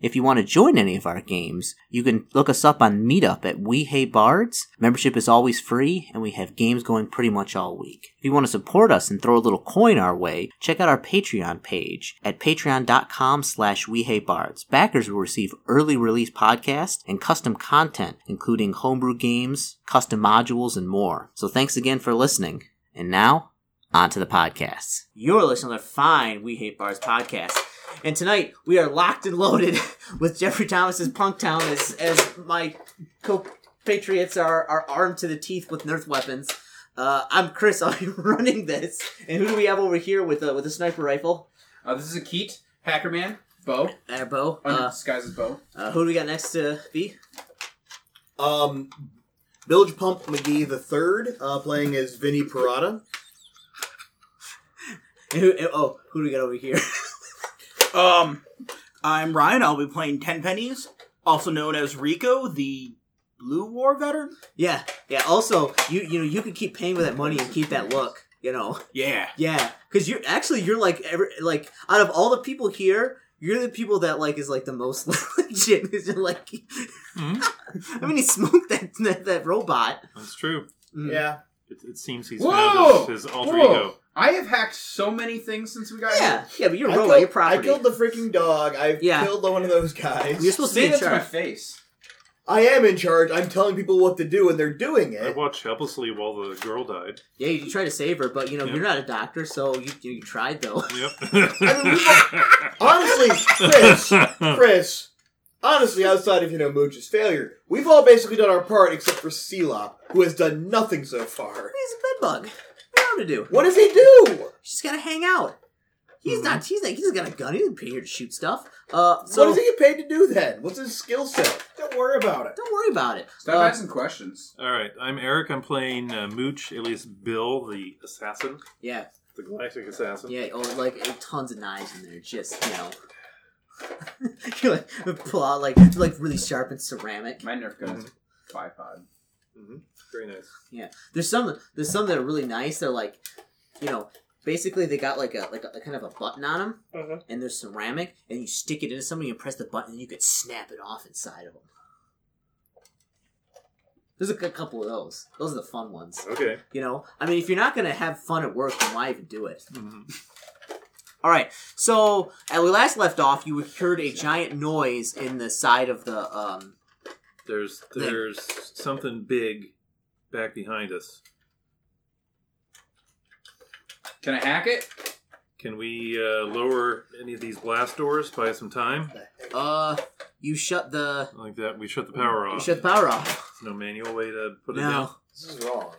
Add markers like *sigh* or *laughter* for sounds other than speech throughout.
If you want to join any of our games, you can look us up on Meetup at We Hate Bards. Membership is always free, and we have games going pretty much all week. If you want to support us and throw a little coin our way, check out our Patreon page at patreon.com slash We Hate Bards. Backers will receive early release podcasts and custom content, including homebrew games, custom modules, and more. So thanks again for listening. And now, on to the podcasts. You're listening to the fine We Hate Bards podcast. And tonight we are locked and loaded *laughs* with Jeffrey Thomas's Punk Town as as my co-patriots are, are armed to the teeth with Nerf weapons. Uh, I'm Chris. *laughs* I'm running this, and who do we have over here with a with a sniper rifle? Uh, this is a Keat, Hackerman, Bo, Uh, Bo. under Uh, disguise as Bo. uh, who do we got next to be? Um, Bilge Pump McGee the third, uh, playing as Vinny Parada. And who, and- oh, who do we got over here? Um, I'm Ryan. I'll be playing Ten Pennies, also known as Rico, the Blue War veteran. yeah, yeah. Also, you you know you can keep paying with that money and keep that look. You know. Yeah. Yeah, because you're actually you're like every, like out of all the people here, you're the people that like is like the most *laughs* legit. 'cause you're like, Hmm? *laughs* I mean, he smoked that that, that robot. That's true. Mm. Yeah. It, it seems he's Whoa! found his, his alter Whoa! ego. I have hacked so many things since we got yeah, here. yeah. But you're a I robot. killed- you're property. I killed the freaking dog. I Yeah. killed one of those guys. you're supposed to Say be in that to my charge. face. I am in charge. I'm telling people what to do, and they're doing I Eh? it. watched helplessly while the girl died. Yeah, you try to save her, but you know Yeah. you're not a doctor, so you you, you tried though. *laughs* Yep. *laughs* Honestly, Chris, Chris, honestly, outside of you know Mooch's failure, we've all basically done our part except for Celop, who has done nothing so far. He's a bed bug. What to do? What does he do? She's gotta hang out. He's not. He's like he's got a gun. He's here to shoot stuff. Uh, so what does he get paid to do then? What's his skill set? Don't worry about it. don't worry about it. Stop Uh, asking questions. *laughs* All right, I'm Eric. I'm playing uh, Mooch, alias Bill, the assassin, yeah, the galactic assassin. Yeah, oh, like eh, tons of knives in there, just you know. *laughs* you like pull out like it's, like really sharp and ceramic. My Nerf gun is Mhm. bipod. Very nice. Yeah, there's some there's some that are really nice. They're like, you know, basically they got like a like a kind of a button on them, and they're ceramic, and you stick it into something, you press the button, and you could snap it off inside of them. There's a, c- couple of those. Those are the fun ones. Okay. You know, I mean, if you're not gonna have fun at work, then why even do it? Mhm. All right. So at we last left off, you heard a giant noise in the side of the. Um, *laughs* There's there's something big back behind us. Can I hack it? Can we uh, lower any of these blast doors by some time? uh, you shut the. Like that, we shut the power You off. shut the power off. There's no manual way to put it down. No, This is wrong.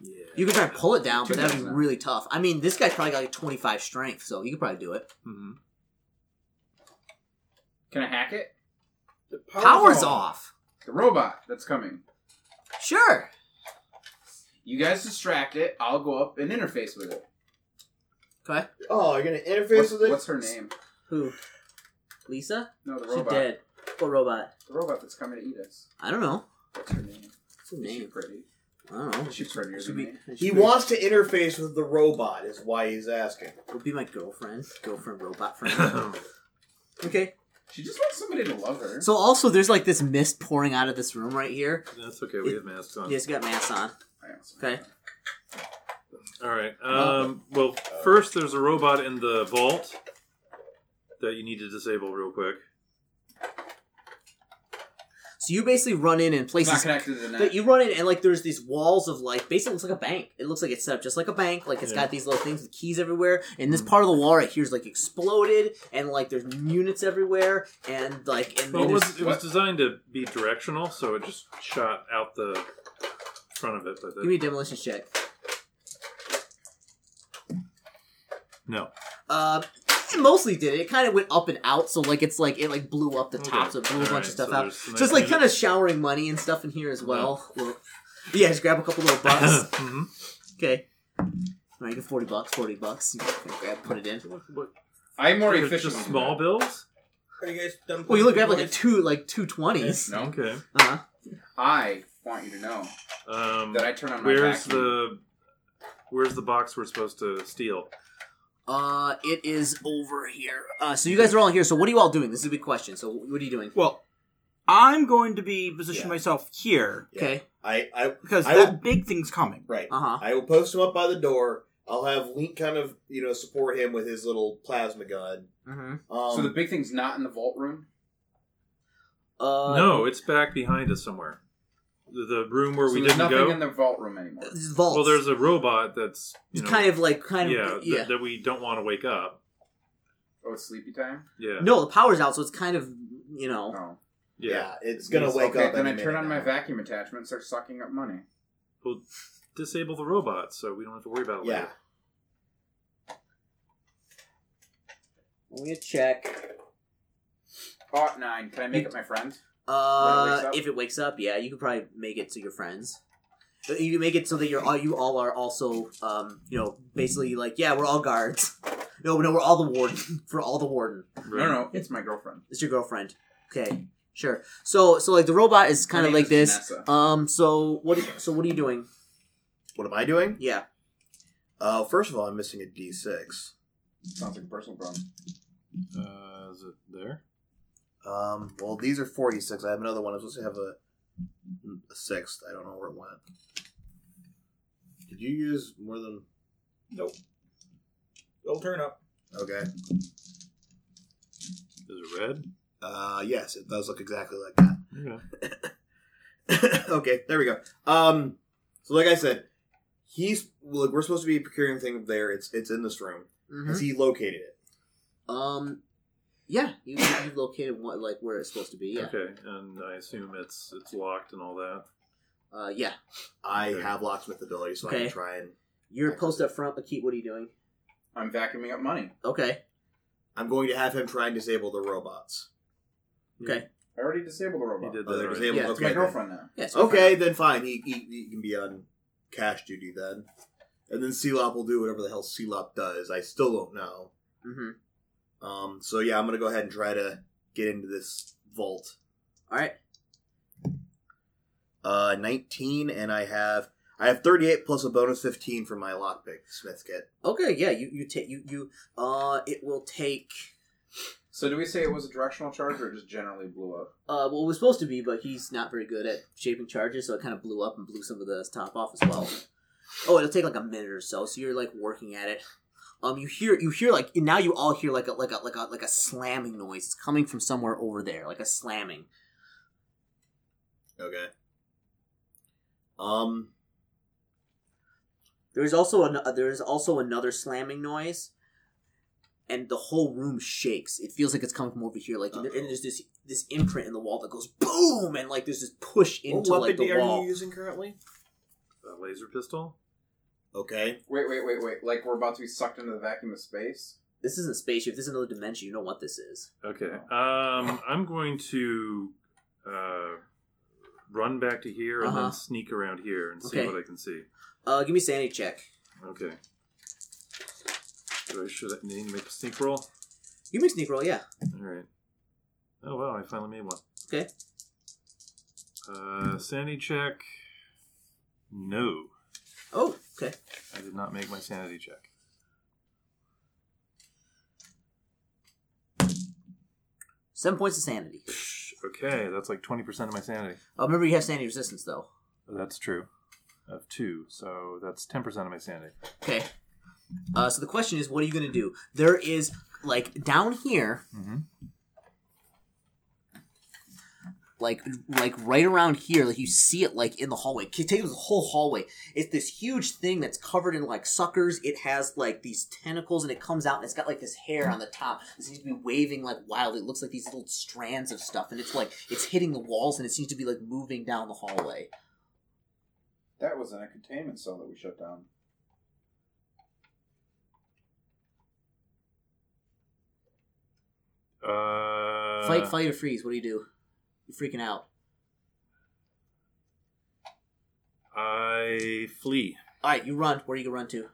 Yeah. you can try to pull it down, but Two that'd be thousand. really tough. I mean, this guy's probably got like twenty five strength, so you could probably do it. hmm Can I hack it? The Power's off. The robot that's coming. Sure. You guys distract it. I'll go up and interface with it. Okay. Oh, you're gonna interface What's, with it? what's her name? Who? Lisa? No, the She's robot. dead. What robot? The robot that's coming to eat us. I don't know. What's her name? What's her Is she name? pretty? I don't know. Is she prettier Should than be, me? He wants to interface with the robot, is why he's asking. Would be my girlfriend. Girlfriend, robot Mm-hmm. friend. okay. She just wants somebody to love her. So also, there's like this mist pouring out of this room right here. *laughs* That's okay. We have masks on. You guys got masks on. I also- Okay. All right. uh, Um, well, first there's a robot in the vault that you need to disable real quick. So you basically run in and It's not places connected to the that net. you run in and like there's these walls of like basically looks like a bank. It looks like it's set up just like a bank. Like it's Yeah. Hmm. got these little things with keys everywhere. And this part of the wall right here is like exploded and like there's units everywhere and like and Well, it then was, there's it was what? designed to be directional, so it just shot out the front of it. But that, give me a demolition check. no, Uh, it mostly did it. It kind of went up and out, so like it's like it like blew up the Okay. top, so it blew a All bunch right, of stuff so out. there's So some it's like nice kind *laughs* of showering money and stuff in here Uh-huh. as well. Well, Yeah, just grab a couple little *laughs* *laughs* bucks. Mhm. okay. All right, you get 40 bucks, 40 bucks. You can grab, put it in. What- what- I'm more Sure, it's efficient. Just than small bills? Are you guys done? Well, you look at at like a two, like two twenties. that. No, Okay. Uh-huh. I want you to know Um, that I turn on my where's vacuum. the Where's the box we're supposed to steal? Uh, it is over here. Uh, so you guys are all here. So what are you all doing? This is a big question. So what are you doing? Well, I'm going to be positioning Yeah. myself here Yeah. Okay. I, I, because I that will- big thing's coming. right. Uh huh. I will post him up by the door. I'll have Link kind of, you know, support him with his little plasma gun. Mm-hmm. Um, so the big thing's not in the vault room. Uh, no, it's back behind us somewhere. The, the room where So we there's didn't nothing go. in the vault room anymore. it's vaults. well, there's a robot that's you It's know, kind of like kind yeah, of th- yeah. that we don't want to wake up. Oh, it's sleepy time. Yeah, No, the power's out, so it's kind of you know. Oh, yeah. it's gonna Yes, wake okay. up. Then I any turn minute on my now. vacuum attachment, and start sucking up money. We'll disable the robot so we don't have to worry about it. Yeah. later. Let me check. Caught nine. Can I make it my friend? When it Uh, wakes up? if it wakes up, yeah, you could probably make it to your friends. But You can make it so that you're all, you all are also, um, you know, basically like, yeah, we're all guards. *laughs* No, no, we're all the warden. *laughs* for all the warden. Right. No, no, it's my girlfriend. It's your girlfriend. Okay, sure. So, so like the robot is kind Her of name like is this. Vanessa. Um, so what? So what are you doing? What am I doing? Yeah. Uh, first of all, I'm missing a D6. Sounds like a personal problem. Uh, is it there? Um, well, these are 46. I have another one. I was supposed to have a, a sixth. I don't know where it went. Did you use more than. It'll turn up. Okay. Is it red? Uh, yes, it does look exactly like that. *coughs* Okay. okay, there we go. Um, so like I said, he's look. We're supposed to be procuring thing there. It's it's in this room. Mhm. Mm-hmm. Has he located it? Um, yeah, you you located what like where it's supposed to be. Yeah. Okay, and I assume it's it's locked and all that. Uh, yeah. I Okay. have locksmith ability, so I Okay. can try and. You're post up front, Akeem. What are you doing? I'm vacuuming up money. Okay. I'm going to have him try and disable the robots. Okay. I already disabled the robot. He did Oh, that. they're already. disabled. Yeah, It's okay, my then. girlfriend now. Yes. Okay, then fine. He, he he can be on cash duty then, and then Celop will do whatever the hell Celop does. I still don't know. Mm-hmm. Um, so yeah, I'm gonna go ahead and try to get into this vault. All right. Uh, 19, and I have I have 38 plus a bonus 15 for my lockpick smith kit. Okay, yeah, you you take you you uh it will take So do we say it was a directional charge or it just generally blew up? uh well it was supposed to be, but he's not very good at shaping charges, so it kind of blew up and blew some of the top off as well. Oh, it'll take like a minute or so. So you're like working at it. Um, you hear you hear like and now you all hear like a like a like a like a slamming noise. It's coming from somewhere over there, like a slamming. Okay. Um. There's also an uh, there's also another slamming noise, and the whole room shakes. It feels like it's coming from over here. Like and there- and there's this this imprint in the wall that goes boom, and like there's this push into like the wall. using currently? A laser pistol. Okay. Wait, wait, wait, wait. Like we're about to be sucked into the vacuum of space? This isn't spaceship. This is another dimension. You know what this is? Okay. Um, I'm going to uh, run back to here and Uh-huh. then sneak around here and see Okay. what I can see. Uh, give me sanity check. Okay. Do I should I need to make a sneak roll? You make sneak roll, yeah. All right. Oh wow! I finally made one. Okay. Uh, sanity check. No, Oh, okay. I did not make my sanity check. Seven points of sanity. Psh, Okay, that's like twenty percent of my sanity. Oh, remember you have sanity resistance though. That's true. Of two, so that's ten percent of my sanity. Okay. Uh, so the question is, what are you gonna do? There is like down here, Mhm. like like right around here, like you see it like in the hallway. It takes the whole hallway. It's this huge thing that's covered in like suckers. It has like these tentacles, and it comes out, and it's got like this hair on the top. It seems to be waving like wildly. It looks like these little strands of stuff, and it's like it's hitting the walls, and it seems to be like moving down the hallway. That was in a containment cell that we shut down. Uh, Fight, fight, or freeze. What do you do? You're freaking out. I flee All right, you run. Where you gonna run to?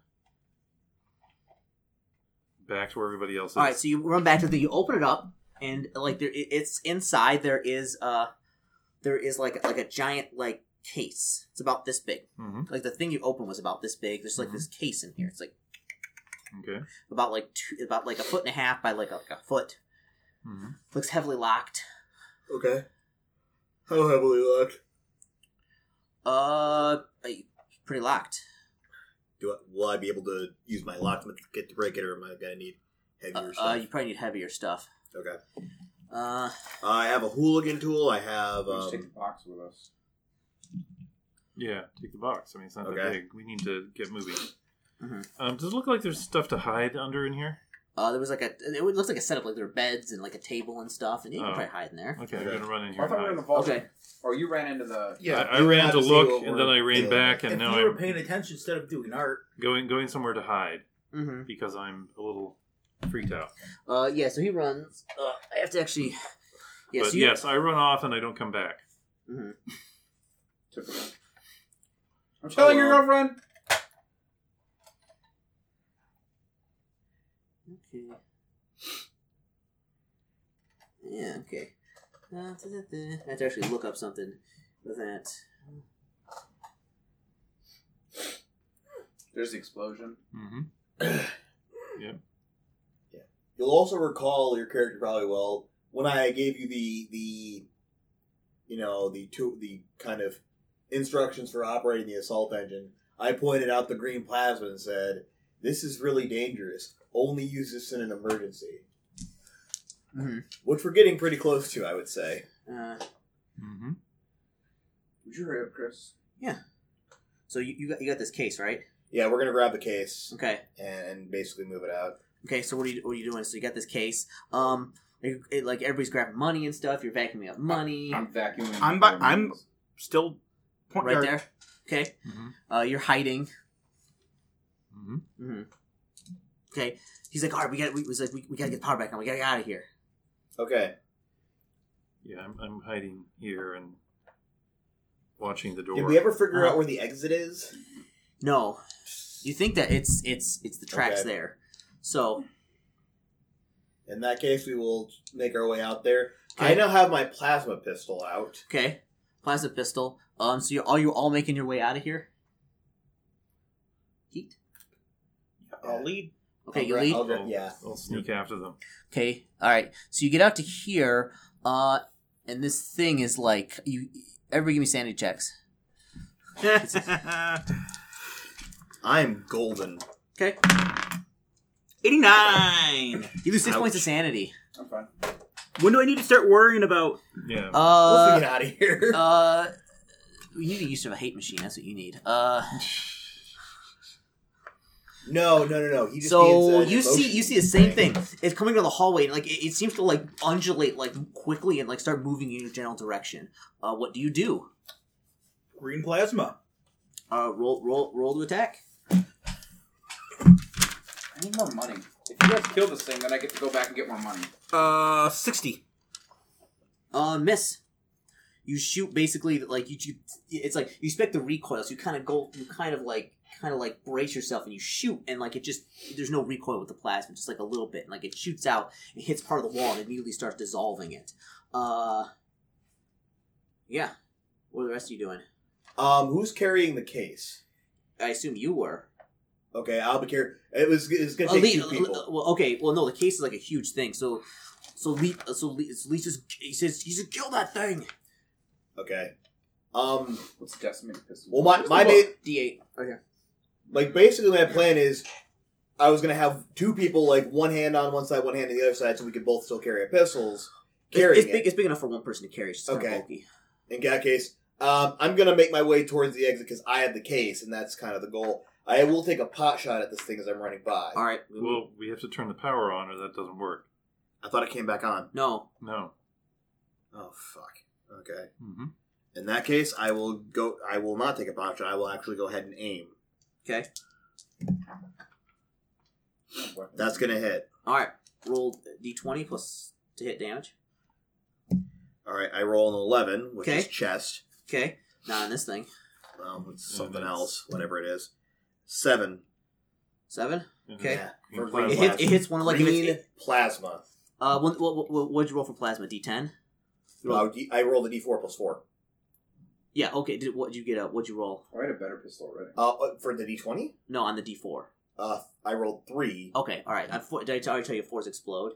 back to where everybody else is. All right, so you run back to the. You open it up, and like there, it- it's inside. There is uh there is like like a giant like case. It's about this big. Mhm. Like the thing you opened was about this big. There's like Mm-hmm. this case in here. It's like Okay. about like two, about like a foot and a half by like a, like a foot. Mhm. Looks heavily locked. Okay. How heavily locked? Uh, like, pretty locked. Do I, will I be able to use my lock to get to break it, or am I gonna need Uh, heavier uh, stuff? you probably need heavier stuff. okay. Uh, I have a hooligan tool. I have. We'll just take Um, the box with us. Yeah, take the box. I mean, it's not that Okay. big. We need to get moving. Mhm. Um, does it look like there's stuff to hide under in here? uh, there was like a it looks like a setup like there were beds and like a table and stuff, and you can Oh. probably hide in there. Okay, I'm Okay. gonna run in here. I thought we and were in hide. the vault. Okay. Or you ran into the. Yeah. I, I you ran have to to see look, what and we're then I ran dealing back, and if now you were I'm paying attention instead of doing art, going going somewhere to hide Mm-hmm. because I'm a little freaked out. Uh, yeah, so he runs. Uh, I have to actually. Yeah, but so you, yes, I run off and I don't come back. Typical. I'm telling your Hello. girlfriend. Okay. Yeah, okay. Uh, da, da, da. I have to actually look up something with that. There's the explosion. Mm-hmm. You'll also recall your character probably well when I gave you the the you know the two the kind of instructions for operating the assault engine. I pointed out the green plasma and said, "This is really dangerous. Only use this in an emergency." Mhm. Which we're getting pretty close to, I would say. Uh, Mm-hmm. Would you hurry up, Chris? so you, you, got, you got this case, right? Yeah, we're gonna grab the case Okay. and, and basically move it out. Okay, so what are you, what are you doing? So you got this case. Um, it- it- like everybody's grabbing money and stuff. You're vacuuming up money. I'm vacuuming. I'm bu- I'm- still point right or- there. Okay. Mm-hmm. Uh, you're hiding. Mm-hmm. hmm Okay. He's like, all right, we got. We was like, we, we gotta get the power back on. We gotta get out of here. Okay. Yeah, I'm, I'm hiding here and watching the door. Did we ever figure Uh-huh. out where the exit is? No, you think that it's it's it's the tracks Okay. there. So In that case, we will make our way out there. I Okay. now have my plasma pistol out. okay, plasma pistol. Um, so you are you all making your way out of here? Heat. I'll *laughs* lead. Okay, I'll you gra- leave. I'll gra- yeah. I'll sneak after them. Okay, all right. So you get out to here, uh, and this thing is like you. Everybody give me sanity checks. I'm golden. Okay, 89. you lose six Ouch. points of sanity. I'm fine. When do I need to start worrying about? Yeah. Let's Uh, get out of here. uh, you need to use a hate machine. That's what you need. *laughs* Uh. *laughs* no, no, no, no. He just So needs an you see, emotion you see the same thing. thing. It's coming down the hallway, and like it, it seems to like undulate like quickly and like start moving in your general direction. Uh, what do you do? Green plasma. Uh, roll, roll, roll to attack. I need more money. If you guys kill this thing, then I get to go back and get more money. Uh, 60. Uh, miss. You shoot basically like you. you it's like you expect the recoil, so you kind of go, you kind of like, kind of like brace yourself, and you shoot, and like it just there's no recoil with the plasma, just like a little bit, and like it shoots out and hits part of the wall, and immediately starts dissolving it. Uh, yeah. What are the rest of you doing? Um, who's carrying the case? I assume you were. Uh, Okay, I'll be carrying. It was. It's gonna take Elite, two people. well, okay. Well, no, the case is like a huge thing. So, so Lee, uh, so Lee, so Lee just he says he said kill that thing. uh, okay. Um. What's decimated pistol? Well, my my ba- D eight. Right here. like basically my plan is I was gonna have two people like one hand on one side, one hand on the other side, so we could both still carry our pistols. Carrying It's, it's it. big. It's big enough for one person to carry. It's just kind Okay. of bulky. In that case, um, I'm gonna make my way towards the exit because I have the case, and that's kind of the goal. I will take a pot shot at this thing as I'm running by. All right. we- Well, we have to turn the power on, or that doesn't work. I thought it came back on. no. No. Oh fuck. Okay. Mm-hmm. In that case, I will go. I will not take a pot shot. I will actually go ahead and aim. Okay. That's gonna hit. All right. Roll d twenty plus to hit damage. All right. I roll an eleven, which is Okay. chest. Okay. Not on this thing. Um, it's something that's- else, whatever it is. Seven. Seven. Okay. Yeah. You green It It hits- hits, plasma. it hits one of like if green it's, plasma. uh, what, what, what, what'd you roll for plasma? D10. Uh, D- I rolled a d4 plus four. Yeah. Okay. Did what you get? Uh, what'd you roll? I had a better pistol already. Uh, uh, for the d20, No, on the D4. uh, I rolled three. Okay. All right. I, four, did I already tell you fours explode?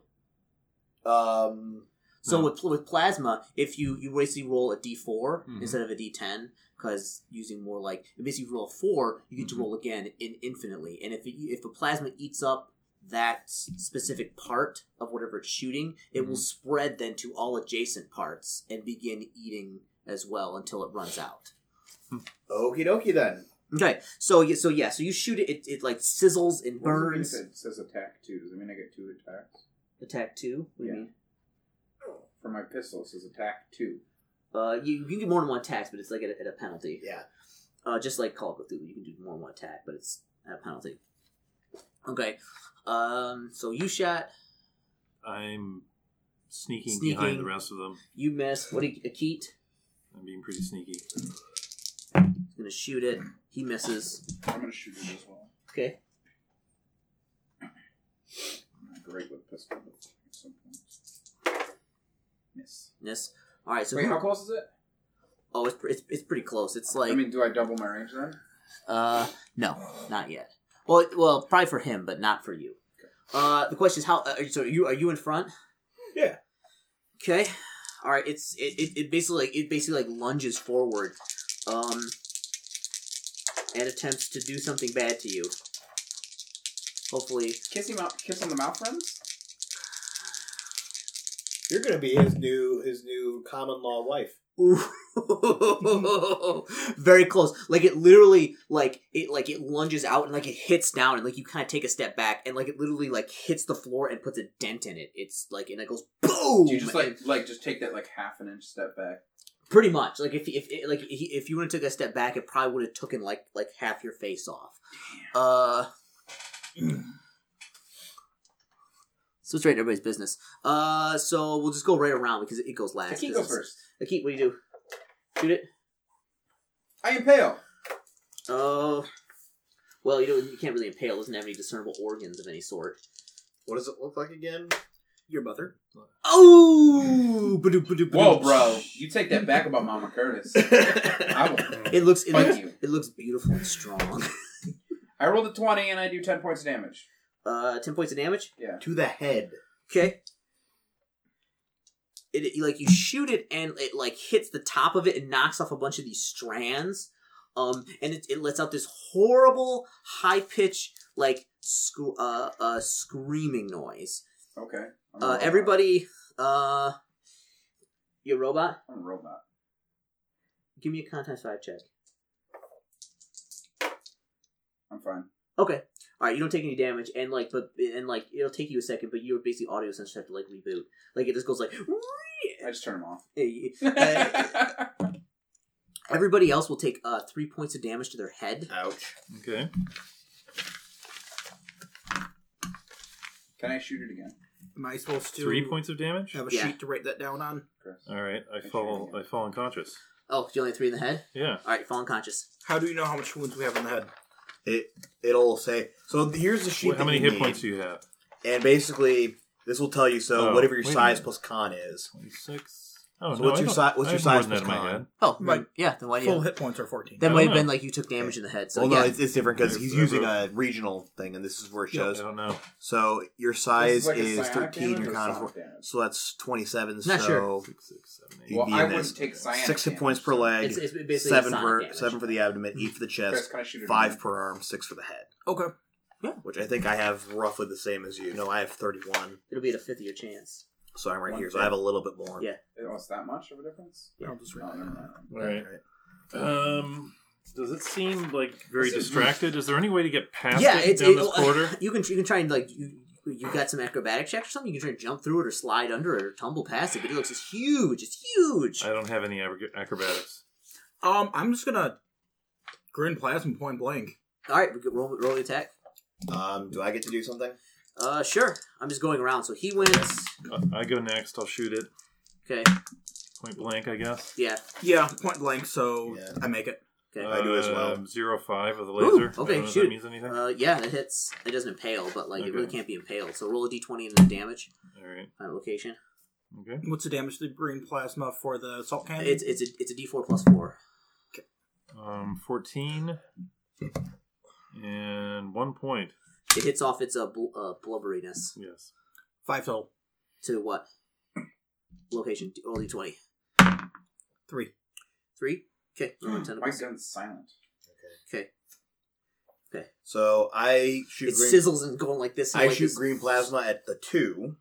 Oh. Um, So No. with with plasma, if you you basically roll a D4 Mhm. instead of a D10, because using more like if basically you roll a four, you get Mhm. to roll again in infinitely. And if it, if the plasma eats up that s- specific part of whatever it's shooting, it will Mhm. spread then to all adjacent parts and begin eating as well until it runs out. okie dokie then. Okay, so y- so yeah, so you shoot it, it, it like sizzles and What does burns. it mean if It says attack two. Does it mean I get two attacks? Attack two. What do you Yeah. mean? For my pistol, it says attack two. Uh, you, you can get more than one attacks, but it's like at a, at a penalty. Yeah. Uh, just like Call of Cthulhu, you can do more than one attack, but it's at a penalty. Okay. Um. So you shot. I'm sneaking, Sneaking. behind the rest of them. You missed. What? did- Akeet I'm being pretty sneaky. is gonna shoot it. He misses. I'm gonna shoot it as well. Okay. I'm not great with pistol, but at some point. Miss. Miss. All right. So Wait, how close is it? oh, it's, pre- it's it's pretty close. It's like I mean, do I double my range then? uh no, not yet. Well, it- well, probably for him, but not for you. Uh, the question is how. Uh, so are you are you in front? Yeah. Okay. All right. It's it, it, it basically like it basically like lunges forward, um, and attempts to do something bad to you. Hopefully, Kiss him out. Kiss on the mouth, friends. You're gonna be his new his new common law wife. Ooh. *laughs* very close. Like it literally, like it, like it lunges out and like it hits down and like you kind of take a step back and like it literally like hits the floor and puts a dent in it. It's like and it goes boom. Do you just and- like like just take that like half an inch step back? Pretty much, like if if like he- if you would have took a step back, it probably would have taken like like half your face off. Uh, *clears throat* so it's right everybody's business. Uh, so we'll just go right around because it goes last. Akeem goes Because- first. Akeem, what do you do? Shoot it. I impale. Oh, well, you know you can't really impale. It doesn't have any discernible organs of any sort. What does it look like again? Your mother. Oh, ba-doop, ba-doop, Whoa, *laughs* ba-doop. bro! You take that back about Mama *laughs* Curtis. I will *laughs* It looks it fight looks, you. it looks beautiful and strong. *laughs* I rolled a twenty and I do ten points of damage. Uh, ten points of damage. Yeah. To the head. Okay. It, it- like you shoot it and it like hits the top of it and knocks off a bunch of these strands, um, and it, it lets out this horrible high pitch like sc- uh, uh screaming noise. Okay. I'm a Uh, robot. everybody, uh, your robot, I'm a robot. give me a contact side check. I'm fine. Okay. All right, you don't take any damage, and like, but and like, it'll take you a second, but you're basically audio sensitive have to like reboot. Like, it just goes like. I just turn him *laughs* off. Uh, Everybody else will take uh three points of damage to their head. Ouch. Okay. Can I shoot it again? Am I supposed to Three points of damage. have a Yeah. sheet to write that down on? Chris? All right. I Make fall. sure you- I fall unconscious. Oh, you only have three in the head. Yeah. All right, you fall unconscious. How do you know how much wounds we have on the head? It it'll say so. Here's the sheet. Well, that how many you hit need, points do you have? And basically, this will tell you so Oh, whatever your wait a size minute. plus con is. Twenty-six. Oh So no! what's I your don't- si- what's I your have more size than that in plus my con? head. Oh, Right. yeah. Then why do Full you? hit points are 14. That I might don't have been know. like you took damage in the head. So well, yeah. no, it's, it's different because Yeah, he's so I using a wrote- regional thing, and this is where it I shows. don't know. So your This size like a is psionic thirteen. damage Your or con is sonic four. damage? So that's twenty-seven. Not so sure. Six, six, seven, eight. you'd Well, be I in wouldn't this. take psionic six hit damage. points per leg, it's, it's basically seven sonic for damage. seven for the abdomen, eight for the Chris, chest, can I shoot it five Mm-hmm. again? per arm, six for the head. Okay. Which I think I have roughly the same as you. No, I have thirty-one, It'll be at a fifth of your chance. so I'm right One here. So I have a little bit more. Yeah. Oh, it's that much of a difference? Yeah. I'll just No, write that never down. mind. All right. Um, does it seem like very This is- distracted? Is there any way to get past yeah, it it's down it, this corridor? *laughs* You can you can try and like you you got some acrobatic checks or something. You can try and jump through it or slide under it or tumble past it. But it looks it's huge. It's huge. I don't have any acro- acrobatics. Um, I'm just gonna grin plasma point blank. All right, we could roll roll the attack. Um, do I get to do something? Uh, sure. I'm just going around. So he wins. Uh, I go next. I'll shoot it Okay. point blank. I guess. Yeah. Yeah, point blank, so Yeah. I make it. Okay. I do as well. Um, Zero five with a laser. okay, I don't know if shoot. That means anything? Uh, yeah, that hits. It doesn't impale, but like it really Okay. can't be impaled. So roll a d20 and then damage All right. on location. Okay. What's the damage to the green plasma for the salt cannon? It's it's a it's a d4 plus four. Um, fourteen and one point. It hits off its uh, bl- uh, blubberiness Yes. five total. to what location? D- Roll d20. Three. Three. Okay. roll Hmm, My tentacles. gun's silent. Okay. So I shoot. It green- sizzles and going like this. And I like shoot this. green plasma at the two,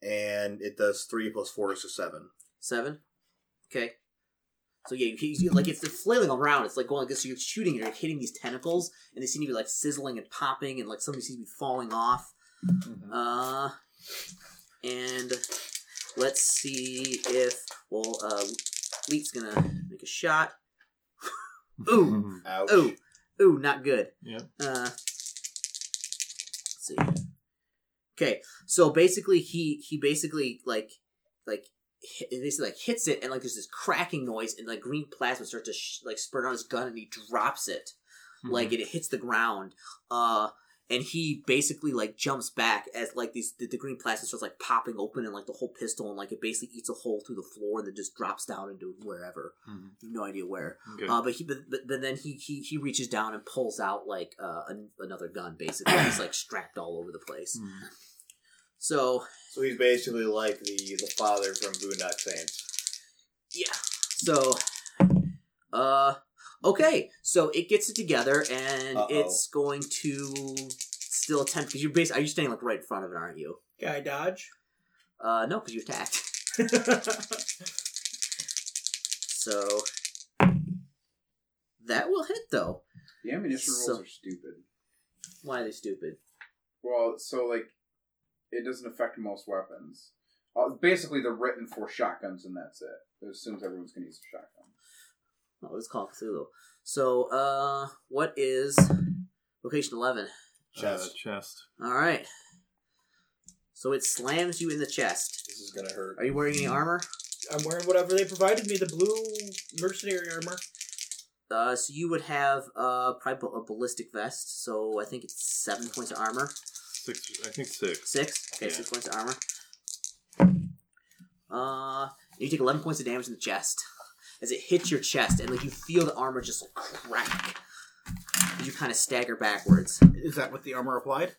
and it does three plus four is a seven. Seven. Okay. So yeah, you, you like it's flailing around. It's like going like this. So you're shooting and you're hitting these tentacles, and they seem to be like sizzling and popping, and like something seems to be falling off. Mm-hmm. Uh, and let's see if well, uh, Leet's gonna make a shot. Ooh. *laughs* Ouch. Ooh, ooh, not good. Yeah. Uh, let's see. Okay, so basically he he basically like like hit, basically like hits it and like there's this cracking noise and like green plasma starts to sh- like spurt on his gun and he drops it Mm-hmm. like and it hits the ground. Uh, and he basically like jumps back as like these the, the green plastic starts like popping open and like the whole pistol and like it basically eats a hole through the floor and then just drops down into wherever. Mhm. No idea where. Okay. Uh, but he but, but but then he he he reaches down and pulls out like uh, an, another gun. Basically, he's like strapped all over the place. Mhm. So So he's basically like the the father from Boondock Saints. yeah. So uh okay. So it gets it together and Uh-oh. it's going to still attempt because you're basically are you standing like right in front of it, aren't you? Guy dodge. Uh, no, because you attacked. *laughs* so that will hit though. The ammunition rolls So- are stupid. Why are they stupid? Well, so like, it doesn't affect most weapons. Uh, basically, they're written for shotguns, and that's it. It assumes everyone's gonna use a shotgun. Oh, it's called Cthulhu. So, uh, what is location eleven? Uh, Chest. chest. All right. So it slams you in the chest. This is gonna *coughs* hurt. Are you wearing any armor? I'm wearing whatever they provided me, the blue mercenary armor. Uh, so you would have uh probably a ballistic vest. So I think it's seven points of armor. Six. I think six. *coughs* Six. Okay, Yeah. six points of armor. Uh, you take eleven points of damage in the chest as it hits your chest, and like you feel the armor just like crack. You kind of stagger backwards. Is that what the armor applied?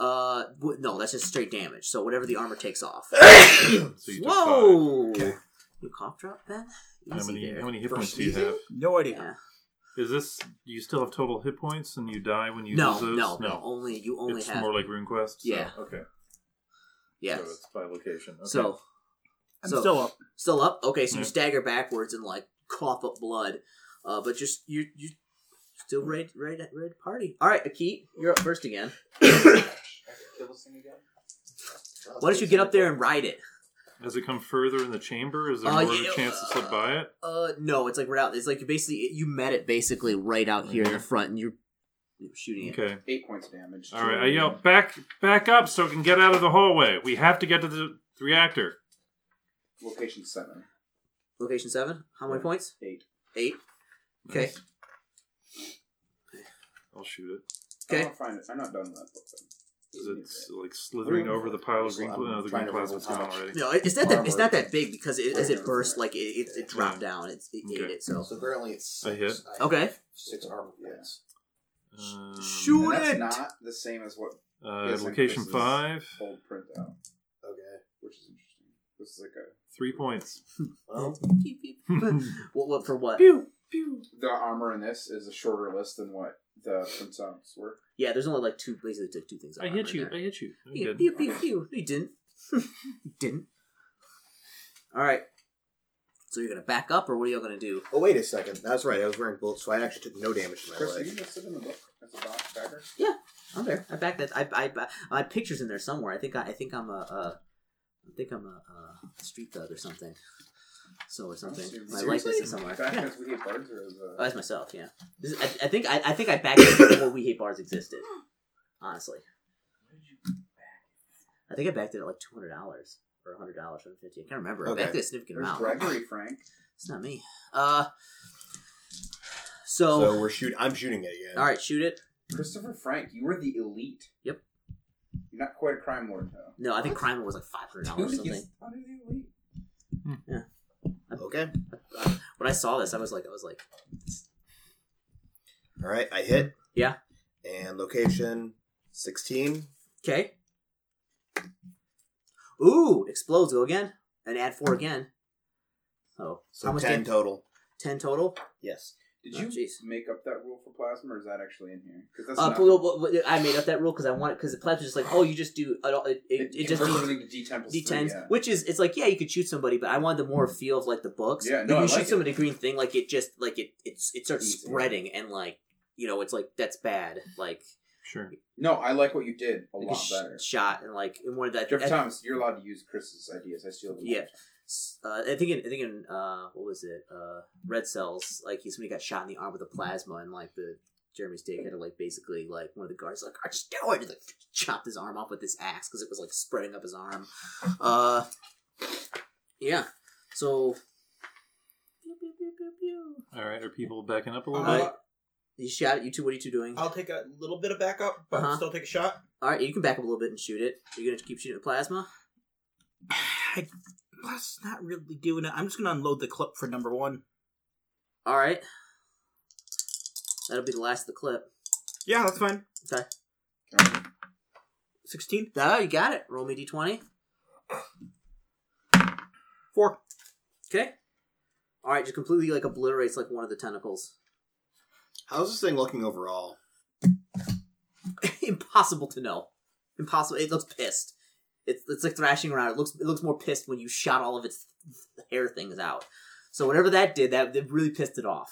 Uh, w- no, that's just straight damage. So whatever the armor takes off. So you took five. Whoa! Okay. You cough drop, Ben. How Easy many, there. how many hit For points do you sneezing? have? No idea. Yeah. Is this do you still have total hit points and you die when you No, lose those? no, no. Only you only it's have. more like RuneQuest. so- Yeah. okay. yeah. So it's by location. Okay. So I'm So- still up. Still up? Okay, so you Yeah. stagger backwards and like cough up blood, uh, but you're s- you you still ready ready ready to party. All right, Akeet, you're up first again. Kill this thing again. Why don't you get up there and ride it? Does it come further in the chamber? Is there Uh, more of yeah, a chance to uh, slip by it? Uh, no, it's like right out. It's like you basically you met it basically right out here in the front, and you're, you're shooting it. Okay. Eight points of damage. All right. I yell back, back up, so we can get out of the hallway. We have to get to the reactor. Location seven, Location seven. How many points? eight. Eight. Okay. Nice. I'll shoot it. Okay. I'm not, fine. I'm not done with that book. Is it like slithering Green- over the pile of green? I'm No, the trying green to plasma's remember gone how already. No, it- it's not that it's Armor. not that big because it, as it burst, like it it, it dropped Yeah. down. It's it ate Okay. it. So So apparently it's I hit. six. I Okay. have Six armor points. Um, Shoot. And that's Shoot it! not the same as what Uh, Yes, I- location this is- five, old printout, Okay. which is interesting. This is like a three points. Well, Beep, *laughs* beep. what, what for what? the armor in this is a shorter list than what the printouts were. Yeah, there's only like two basically took two things. out I of hit armor you. there. I hit you. I'm Pew, good. pew, pew, pew. No, you didn't. *laughs* you didn't. All right. So you're gonna back up, or what are you gonna do? oh wait a second. That's right. I was wearing bullets, so I actually took no damage to my Chris, are you leg. listed in the book as a box bagger? I'm there. I back that. I I, I my pictures in there somewhere. I think I, I think I'm a, a I think I'm a, a street thug or something. So or something. My likeness is somewhere. *laughs* Back Yeah. as we hate birds or uh, as a- Oh, that's myself. Yeah. This is, I, I think I, I think I backed it before *coughs* We Hate Bars existed. Honestly. I think I backed it at like two hundred dollars or hundred dollars, one fifty. I can't remember. I Okay. backed it a significant There's amount. Gregory Frank. It's not me. Uh, So, so we're shoot. I'm shooting it again. all right, shoot it. Christopher Frank, you were the elite. Yep. You're not quite a crime lord, though. No, I think crime was like five hundred dollars or Dude, something. he's not an elite. Okay. Uh, When I saw this, I was like, I was like, All right. I hit. Yeah. And location sixteen. okay. Ooh, explodes. Go again and add four again. Oh, So how much? ten did- total. ten total. Yes. Did Oh, you jeez. make up that rule for plasma, or is that actually in here? Because that's Uh, not. well, well, well, I made up that rule because I wanted because the pledge was just like, oh, you just do it. all- It, it, it just converts do everything to D10 plus three, d10s, yeah. Hmm. which is it's like yeah, you could shoot somebody, but I wanted the more feel of like the books. Yeah, Like, no, you I shoot like it. somebody green thing, like it just like it it's it starts Easy. spreading and like you know it's like that's bad, like Sure. No, I like what you did a like a lot sh- better. shot and like and one of that. Jeff I- Thomas, you're allowed to use Chris's ideas. I steal them. all the Yeah. time. uh, I think in, I think in uh, what was it? Uh, Red Cells. Like he somebody got shot in the arm with a plasma, and like the Jeremy Stake had to like basically like one of the guards like I just do it, He, like chopped his arm off with this axe because it was like spreading up his arm. Uh, yeah. So All right. Are people backing up a little Uh, bit? you shot it. You two, what are you two doing? I'll take a little bit of backup, but Uh-huh. still take a shot. All right, you can back up a little bit and shoot it. You're gonna keep shooting the plasma. *sighs* I, that's not really doing it. I'm just gonna unload the clip for number one. All right. That'll be the last of the clip. Yeah, that's fine. Okay. Sixteen. Oh, you got it. Roll me d20. Four. Okay. All right, just completely like obliterates like one of the tentacles. *laughs* How's this thing looking overall? Impossible to know. Impossible. It looks pissed. It's it's like thrashing around. It looks it looks more pissed when you shot all of its hair things out. So whatever that did, that it really pissed it off.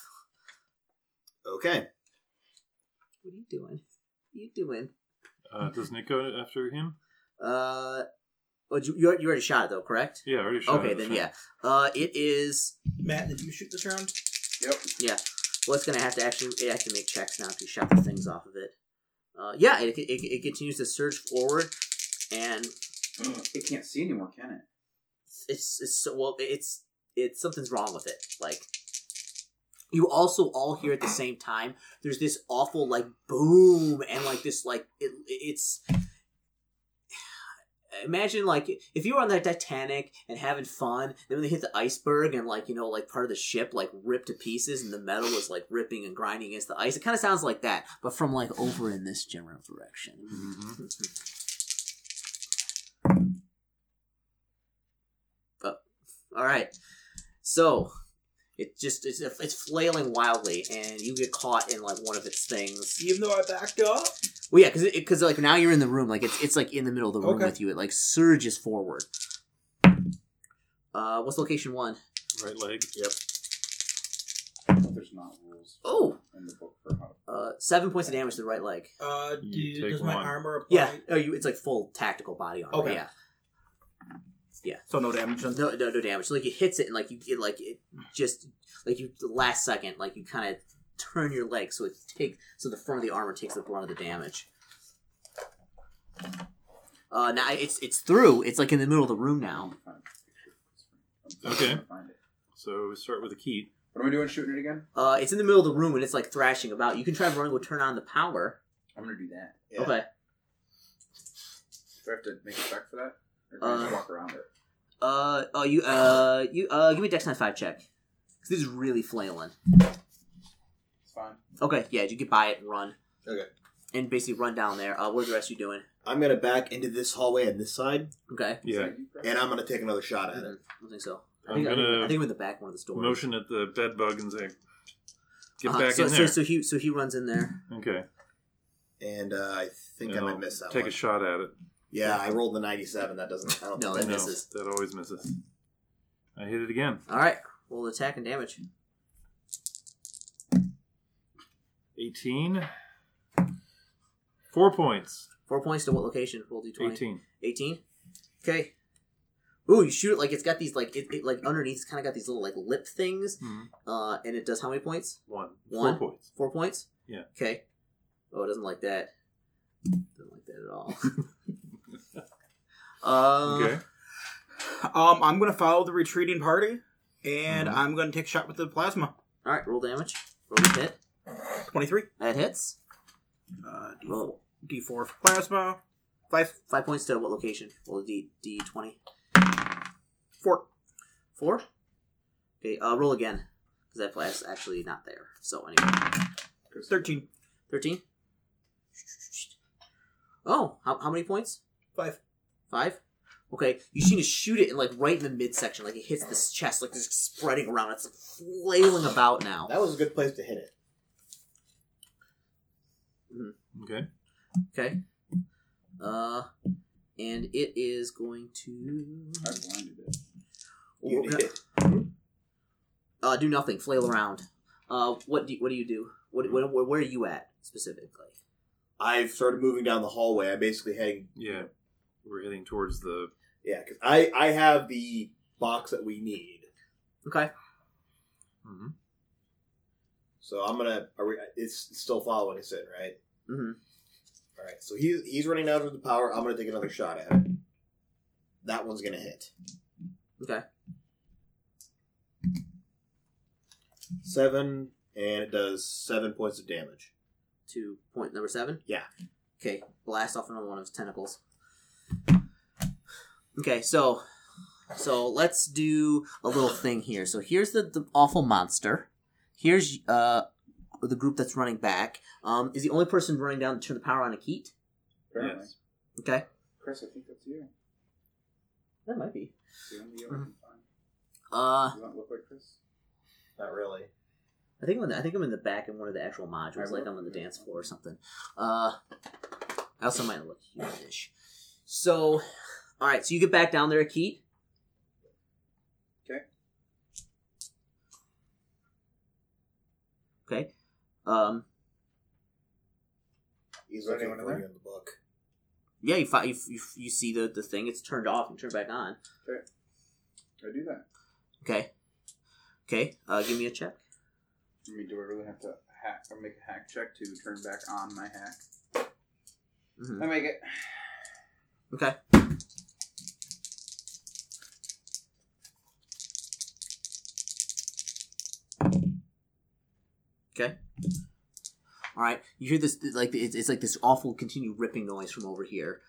Okay. What are you doing? What are you doing? Uh, does Nick go after him? Uh, oh, you you already shot it though, correct? Yeah, I already shot. Okay, it. then Sure. yeah. Uh, it is. Matt, did you shoot this round? Yep. *clears throat* Well, it's gonna have to actually it have to make checks now if you shot the things off of it. Uh, yeah, it, it, it continues to surge forward, and It can't see anymore, can it? it's it's so well it's it's something's wrong with it like you also all hear at the same time there's this awful like boom and like this like it, it's imagine like if you were on that titanic and having fun then when they hit the iceberg and like you know like part of the ship like ripped to pieces and the metal was like ripping and grinding against the ice it kind of sounds like that but from like over in this general direction Mhm. All right. So it just it's it's flailing wildly, and you get caught in like one of its things. Even though I backed up. Well, yeah, because because like now you're in the room, like it's it's like in the middle of the room Okay. with you. It like surges forward. Uh, what's location one? Right leg. Well, There's not rules. Oh. In the book for how. Uh, seven points of damage to the right leg. Uh, You do, take does my one. armor apply? Yeah. Oh, you. It's like full tactical body armor. Okay. Yeah. So no damage. Um, on- No, no, no damage. Like it hits it, and like you, it, like it just like you the last second, like you kind of turn your leg so it takes so the front of the armor takes the brunt of the damage. Uh, now it's it's through. It's like in the middle of the room now. Okay. Find it. So we start with a key. What am I doing? Shooting it again? Uh, it's in the middle of the room and it's like thrashing about. You can try running or turn on the power. I'm gonna do that. Yeah. Okay. Do I have to make it back for that, or do I just Uh, walk around it? Uh, oh, you uh you uh give me a Dex 95 check. 'Cause This is really flailing. It's fine. Okay, yeah, you get by it and run. Okay. And basically run down there. Uh, what are the rest of you doing? I'm gonna back into this hallway on this side, Okay. Yeah. and I'm gonna take another shot at it. I don't think so. I I'm think, I think- I gonna think we're in the back one of the store. motion at the bed bug and say, "Get Uh-huh. back so, in so, there." So he so he runs in there. okay. And uh, I think And I I'll might miss that Take one. a shot at it. yeah, I rolled the 97. That doesn't. I don't No, think that I no, misses. that always misses. I hit it again. All right, roll attack and damage. 18. Four points. Four points to what location? Roll d twenty. 18. Eighteen. Okay. Ooh, you shoot it like it's got these like it, it like underneath. It's kind of got these little like lip things. Mhm. Uh, and it does how many points? One. One? Four points. Four points. Yeah. Okay. Oh, it doesn't like that. Doesn't like that at all. *laughs* uh, Okay. Um, I'm gonna follow the Mm-hmm. retreating party, and I'm gonna take a shot with the plasma. All right, roll damage. Roll the hit. 23. That hits. Uh, D4, Roll D4 for plasma. 5, five points to what location? Well, D D twenty 4. four. Okay, uh, roll again because that flask actually not there. So anyway, 13. thirteen. Oh, how, how many points? Five. Five. Okay, you seem to shoot it in like right in the midsection, like it hits this chest, like it's spreading around. It's flailing about now. That was a good place to hit it. Okay. Okay. Uh, and it is going to I blinded it. You need it. uh, do nothing, flail around. Uh, what do you, what do you do? What, what where, where are you at specifically? I've started moving down the hallway. I'm basically heading. Yeah. We're heading towards the. Yeah, because I, I have the box that we need. Okay. Mhm. So I'm going to. Are we? It's still following us in, right? hmm All right, so he's he's running out of the power. I'm gonna take another shot at it. That one's gonna hit. Okay. Seven, and it does seven points of damage. To point number seven. Yeah. Okay. Blast off another one of his tentacles. Okay, so so let's do a little thing here. So here's the, the awful monster. Here's uh the group that's running back. Um, is the only person running down to turn the power on a keat? Apparently. Yes. Okay. Chris, I think that's you. That might be. The only other one fine. Uh, Does that look like Chris? Not really. I think I'm in the, I think I'm in the back in one of the actual modules, like I'm on the dance floor or something. Uh, I also might look humanish. So, all right, so you get back down there, Akeet. Okay. Okay. Um. He's there looking anyone in for there? you in the book. Yeah, you, fi- you, you you see the the thing. It's turned off and turned back on. Do I do that? Okay. Okay. Uh, give me a check. I mean, do I really have to hack or make a hack check to turn back on my hack? Mhm. I make it. Okay. Okay. All right. You hear this? Like it's, it's like this awful, continued ripping noise from over here,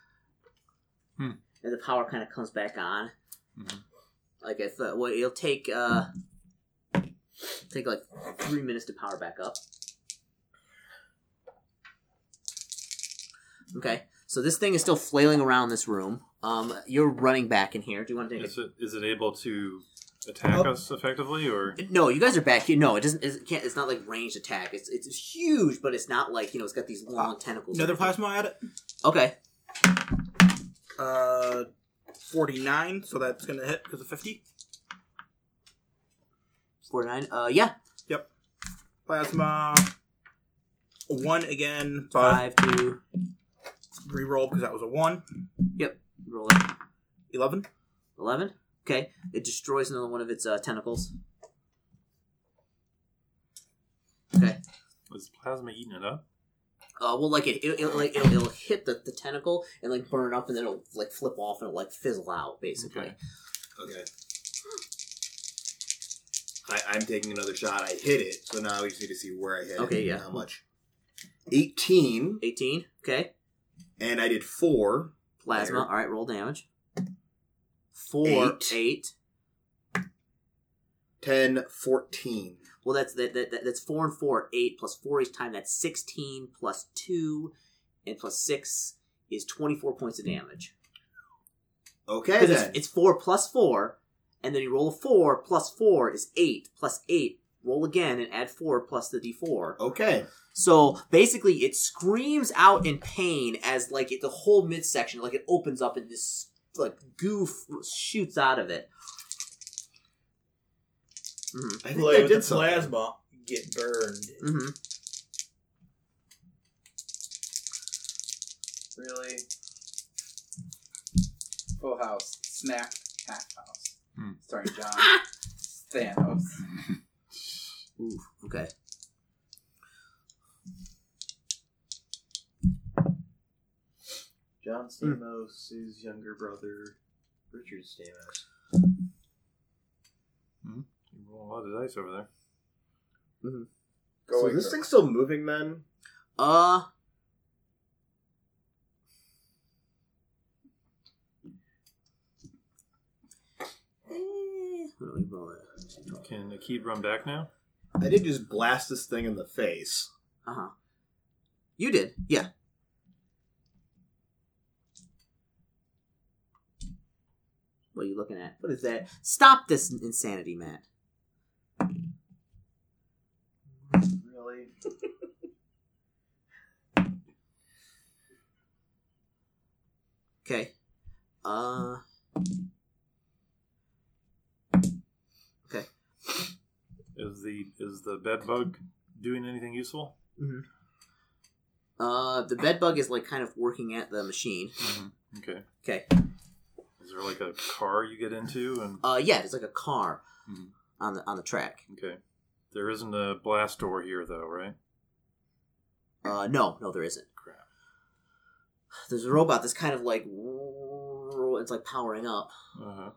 Hmm. and the power kind of comes back on. Mhm. Like I thought, well, it'll take uh, take like three minutes to power back up. Okay. So this thing is still flailing around this room. Um, you're running back in here. Do you want to take a Is it is it able to attack Oh. us effectively or? no, you guys are back here. No, it doesn't. It can't. It's not like ranged attack. It's it's huge, but it's not like you know. It's got these long tentacles. Another plasma at it. Okay. Uh, 49, so that's going to hit because of 50. Four nine. Uh, yeah. Plasma. One again. Five. Five two. Reroll because that was a one. Roll it. 11. Eleven. Okay. It destroys another one of its uh, tentacles. Okay. Is plasma eating it up? Uh, well, like it, it, it like it'll, it'll hit the, the tentacle and like burn up, and then it'll like flip off and it'll like fizzle out, basically. Okay. Okay. I, I'm taking another shot. I hit it, so now we just need to see where I hit. Okay, it, yeah. How much? Eighteen, Eighteen. Okay. and I did four. Plasma. There. All right. Roll damage. Four Eight. eight. 10, 14. Well, that's that, that, that that's four and four, eight plus four each time. That's sixteen plus two, and plus six is twenty-four points of damage. Okay, 'Cause it's, then. it's four plus four, and then you roll a four plus four is eight plus eight. Roll again and add four plus the d four. okay. So basically, it screams out in pain as like it, the whole midsection, like it opens up and this like goof shoots out of it. Mhm. I I think think that that did something. plasma get burned. Mhm. Really? Full House. Snap. Half House. Hmm. Starring John Thanos. Ooh, okay. John Hmm. Stamos, his younger brother, Richard Stamos. You roll a lot of dice over there. Go so Aether. is this thing's still moving then? Uh, Eh, Can Akib run back now? I did just blast this thing in the face. uh huh. You did, yeah. What are you looking at? What is that? Stop this insanity, Matt. Really? *laughs* Okay. Uh. Okay. Is the is the bed bug doing anything useful? Uh, the bed bug is like kind of working at the machine. Okay. Okay. Is there like a car you get into and Uh, yeah, it's like a car Mhm. on the on the track. okay. There isn't a blast door here though, right? Uh, no, no, there isn't. Crap. There's a robot that's kind of like it's like powering up. Uh-huh.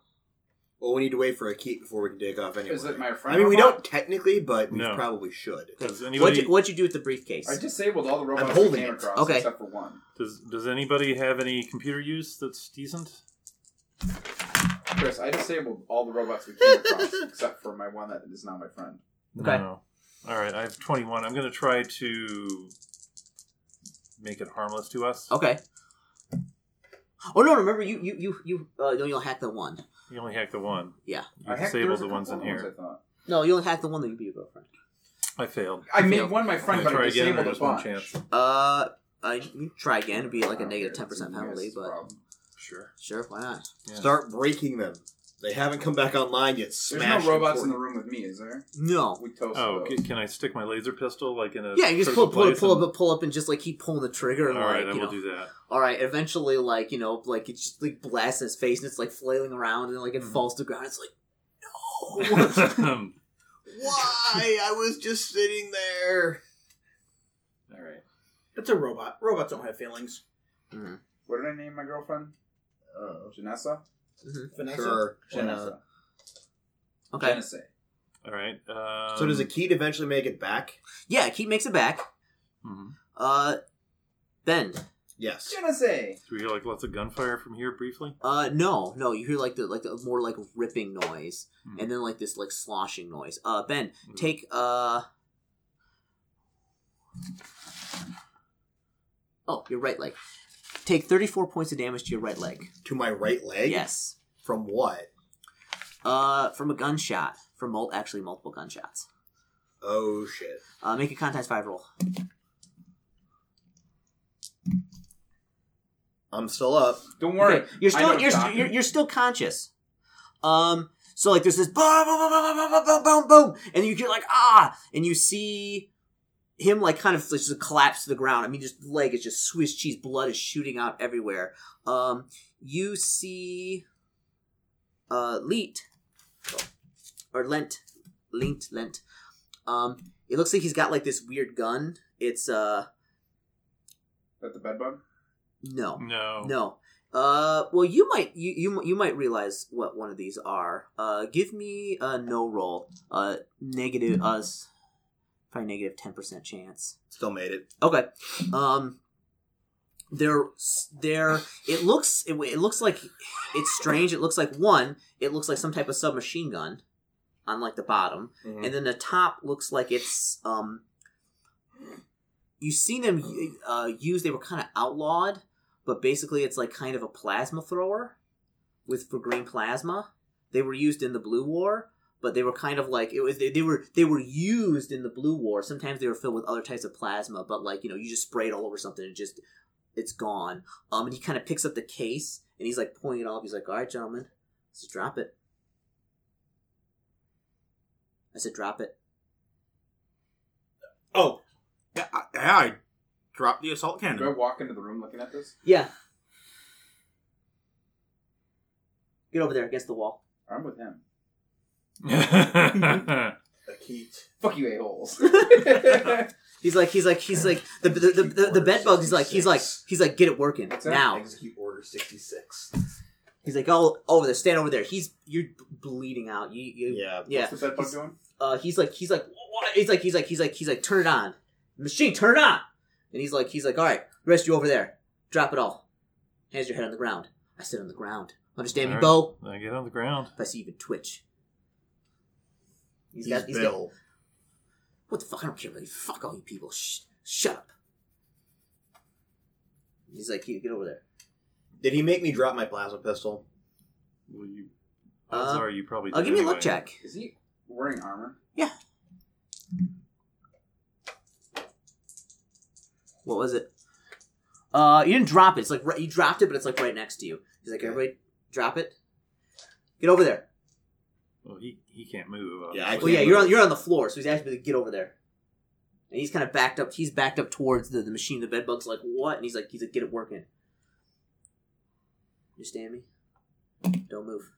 Well, we need to wait for a keep before we can take off anyway. Is it my friend? I mean, we robot? don't technically, but we No. probably should. Does What'd anybody you, what'd you do with the briefcase? I disabled all the robots i holding came it. across Okay. except for one. does does anybody have any computer use that's decent? Chris, I disabled all the *laughs* robots we came across except for my one that is now my friend. Okay. No. All right, I have 21. I'm going to try to make it harmless to us. Okay. Oh no! Remember you you you you uh, no, you'll hack the one. You only hack the one. Yeah. You I hacked- there disabled was the a ones in couple here. I, thought. No, you'll hack the one that you be your girlfriend. I failed. I Yeah. made one my I'm friend, going but to I try again. disabled There's a one bunch. chance. Uh, I you can try again. It'd be like a I don't negative care. ten percent It's a penalty, missed but problem. Sure. sure, why not? Yeah. Start breaking them. They haven't come back online yet. There's Smash no robots in the them. room with me, is there? No. We toast. Oh, those. can, can I stick my laser pistol like in a Yeah, you just pull certain pull place pull and- up pull up and just like keep pulling the trigger and All right, like I you will know. do that. all right, eventually, like you know, like it just like blasts his face and it's like flailing around and like it Mhm. falls to the ground. It's *laughs* like, no, *laughs* Um, Why? I was just sitting there. All right. It's a robot. Robots don't have feelings. What did I name my girlfriend? Oh. Janessa? Vanessa. Sure. Why not? Janessa. okay, Janessa. All right. Um, So does a key eventually make it back? yeah, he makes it back. mhm. Uh, Ben, Yes. Janessa! Do we hear like lots of gunfire from here briefly? uh, no, no, you hear like the like the more like ripping noise Mhm. and then like this like sloshing noise. Uh, Ben, Mhm. take uh. Oh, your right leg. Take thirty-four points of damage to your right leg. To my right leg. Yes. From what? Uh, from a gunshot. From mul- actually multiple gunshots. Oh shit. Uh, make a contact five roll. I'm still up. Don't worry. Okay, You're I still know you're, Doc. you're you're still conscious. Um. So like there's this boom boom boom boom boom boom boom boom, and you hear like ah, and you see him like kind of like, just collapse to the ground. I mean, just leg is just Swiss cheese. Blood is shooting out everywhere. Um. You see. Uh, Leet, or Lent, Lent, Lent. Um. It looks like he's got like this weird gun. It's uh That the bed bug? no. No. *laughs* No. Uh, well, you might you, you you might realize what one of these are. Uh, give me a no roll. Uh, negative us, probably negative ten percent chance. Still made it. Okay. Um, there there it looks it, it looks like it's strange. It looks like one. It looks like some type of submachine gun, on like the bottom, Mhm. and then the top looks like it's um you've seen them uh used they were kind of outlawed but basically it's like kind of a plasma thrower with for green plasma they were used in the blue war but they were kind of like it was they, they were they were used in the blue war sometimes they were filled with other types of plasma but like you know you just spray it all over something and just it's gone um and he kind of picks up the case and he's like pulling it off he's like all right gentlemen let's just drop it i said drop it Oh. Yeah, I, yeah, I dropped the assault Do I cannon. walk into the room looking at this? Yeah. Get over there against the wall. I'm with him. *laughs* Akeet. Fuck *laughs* you, a-holes. He's like, he's like, he's like the the the, the, the bed bug. He's like, he's like, he's like, get it working now. Execute order sixty six. He's like, oh, over there, stand over there. He's you're bleeding out. You, you Yeah. yeah. What's the bed bug doing? Uh, he's like, he's like, what? he's like, he's like, he's like, he's like, turn it on, machine, turn it on. And he's like, he's like, all right, rest you over there, drop it all. Hands your head on the ground. I sit on the ground. Understand me, All right. Bo? I get on the ground. If I see you even twitch, He's, got- he's got- Bill. What the fuck? I don't care about you. Fuck all you people. Shh. Shut up. He's like, "Hey, get over there. Did he make me drop my plasma pistol? Well, you, Uh, odds are you probably. Uh, did give me a anyway. look check. Is he wearing armor? What was it? Uh, you didn't drop it. It's like right, you dropped it, but it's like right next to you. He's like, everybody, drop it. Get over there. Well, he he can't move. Yeah, I obviously. Well, yeah, you're on you're on the floor, so he's asking me to get over there. And he's kind of backed up. He's backed up towards the, the machine. The bed bug's like, what? And he's like, he's like, get it working. Understand me? Don't move.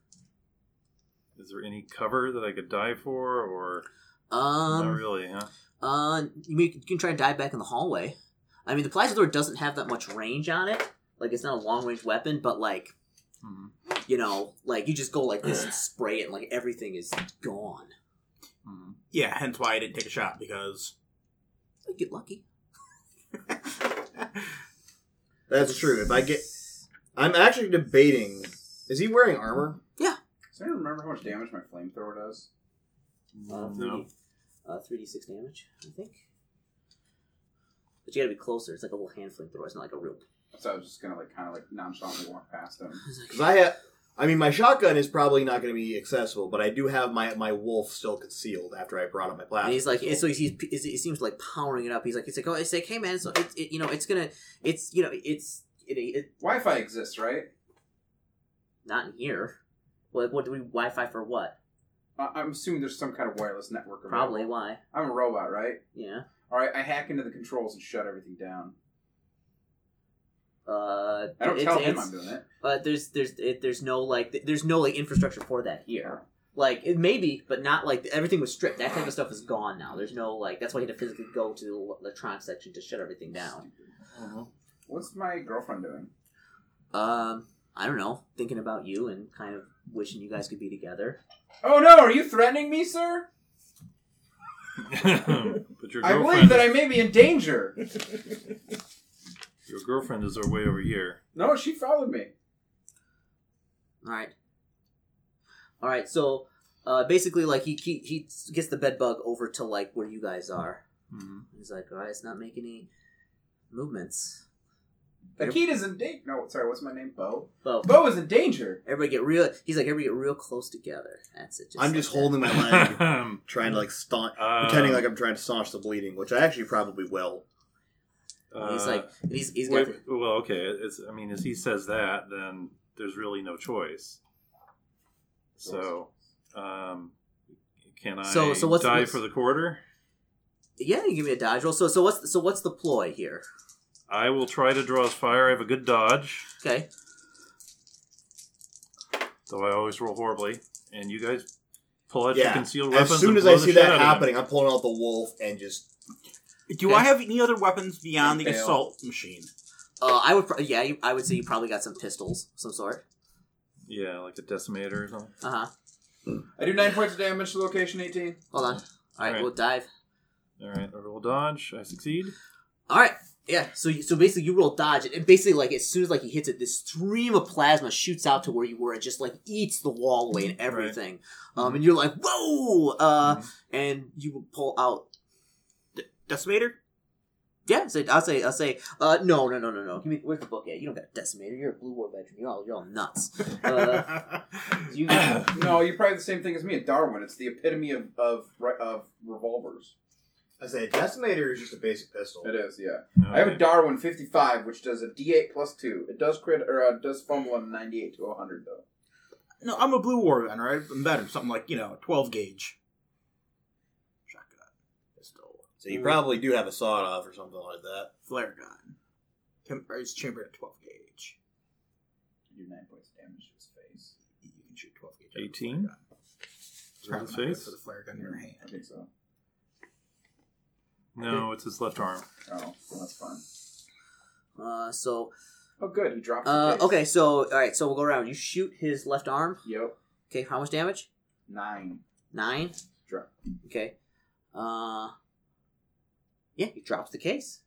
Is there any cover that I could dive for, or Um, not really? Huh? Uh, you, mean, you can try and dive back in the hallway. I mean, the plasma door doesn't have that much range on it. Like, it's not a long range weapon, but like, Mhm. you know, like you just go like this and spray it, and like everything is gone. Mhm. Yeah, hence why I didn't take a shot because You get lucky. That's true. If I get, I'm actually debating. Is he wearing armor? Does anyone remember how much damage my flamethrower does? Uh, Mm, No. three d six damage, I think. But you gotta be closer. It's like a little hand flamethrower. It's not like a real. So I was just gonna like kind of like nonchalantly walk past him. It's like- Because I have. I mean, my shotgun is probably not going to be accessible, but I do have my my wolf still concealed after I brought up my Ah, plasma. And he's like, pistol. so he's, he's, he seems like powering it up. He's like, it's like, oh, it's like, hey man, so it's, it, you know, it's gonna, it's, you know, it's, it, it, Wi-Fi exists, right? not in here. What, what do we Wi-Fi for? What? I- I'm assuming there's some kind of wireless network. available. Probably why. I'm a robot, right? Yeah. All right, I hack into the controls and shut everything down. Uh, I don't it's- tell him it's- I'm doing it. But there's there's it, there's no like th- there's no like infrastructure for that here. Like it maybe, but not like everything was stripped. That type of stuff is gone now. There's no like that's why you had to physically go to the electronics section to shut everything down. What's my girlfriend doing? Um, I don't know. Thinking about you and kind of wishing you guys could be together. Oh no, are you threatening me, sir? *laughs* but your I girlfriend, believe that I may be in *laughs* danger. your girlfriend is our way *laughs* over here. No, she followed me. All right. All right. So uh, basically, like he, he he gets the bed bug over to like where you guys are. Mm-hmm. Mhm. He's like, all right, it's not making any movements. Akita's in danger. No, sorry, what's my name? Bo. Bo. Bo is in danger. Everybody get real. He's like, everybody get real close together. That's it. I'm like just that. holding my leg, *laughs* Um, trying to like staunch, pretending like I'm trying to staunch the bleeding, which I actually probably will. uh, he's like, and he's he's got. wait, The, well, okay. It's, I mean, as he says that, then there's really no choice. So, um, can I So- so what's- die what's- for the quarter? yeah, you give me a dodge roll. So so what's so what's the ploy here? I will try to draw his fire. I have a good dodge, Okay. though I always roll horribly. And you guys pull out your Yeah. concealed weapons. As soon and as blow I the see shit out that of him. happening, I'm pulling out the wolf and just do I have any other weapons beyond the Fail. assault machine? Uh, I would pro- yeah, you, I would say you probably got some pistols, of some sort. yeah, like a decimator or something. Uh huh. I do nine points of damage to location 18. Hold on. All right, Alright. we'll dive. All right, I roll dodge. I succeed. All right. Yeah. So you- so basically, you roll dodge, and basically, like as soon as like he hits it, this stream of plasma shoots out to where you were, and just like eats the wall away and everything. Um, and you're like, whoa! Uh, and you pull out Decimator? Yeah, so I'll say, I'll say, uh, no, no, no, no, no. Give me, where's the book at? You don't got a decimator. You're a Blue War veteran. You're all, you're all nuts. *laughs* *laughs* Uh, you, *clears throat* No, you're probably the same thing as me at Darwin. It's the epitome of of, re- of revolvers. I say, a decimator is just a basic pistol. It is, yeah. I have a Okay. Darwin 55, which does a D8 plus two. It does crit or uh, does fumble on 98 to 100 though. No, I'm a blue war gun, right? I'm better. Something like, you know, 12 gauge. Shotgun. Pistol. So you probably do have a sawed off or something like that. Flare gun. Tim- or it's chambered at 12 gauge. I do nine points of damage to his face. You can shoot 12 gauge. 18? with a flare gun. It's probably Round not good face? for the flare gun in your hand. I think so. No, it's his left arm. Oh, well, that's fine. uh, so, Oh, good. He dropped. the Uh, case. okay, so all right, so we'll go around. You shoot his left arm. Yep. Okay, how much damage? Nine. Nine. Drop. Okay. Uh, yeah, he drops the case.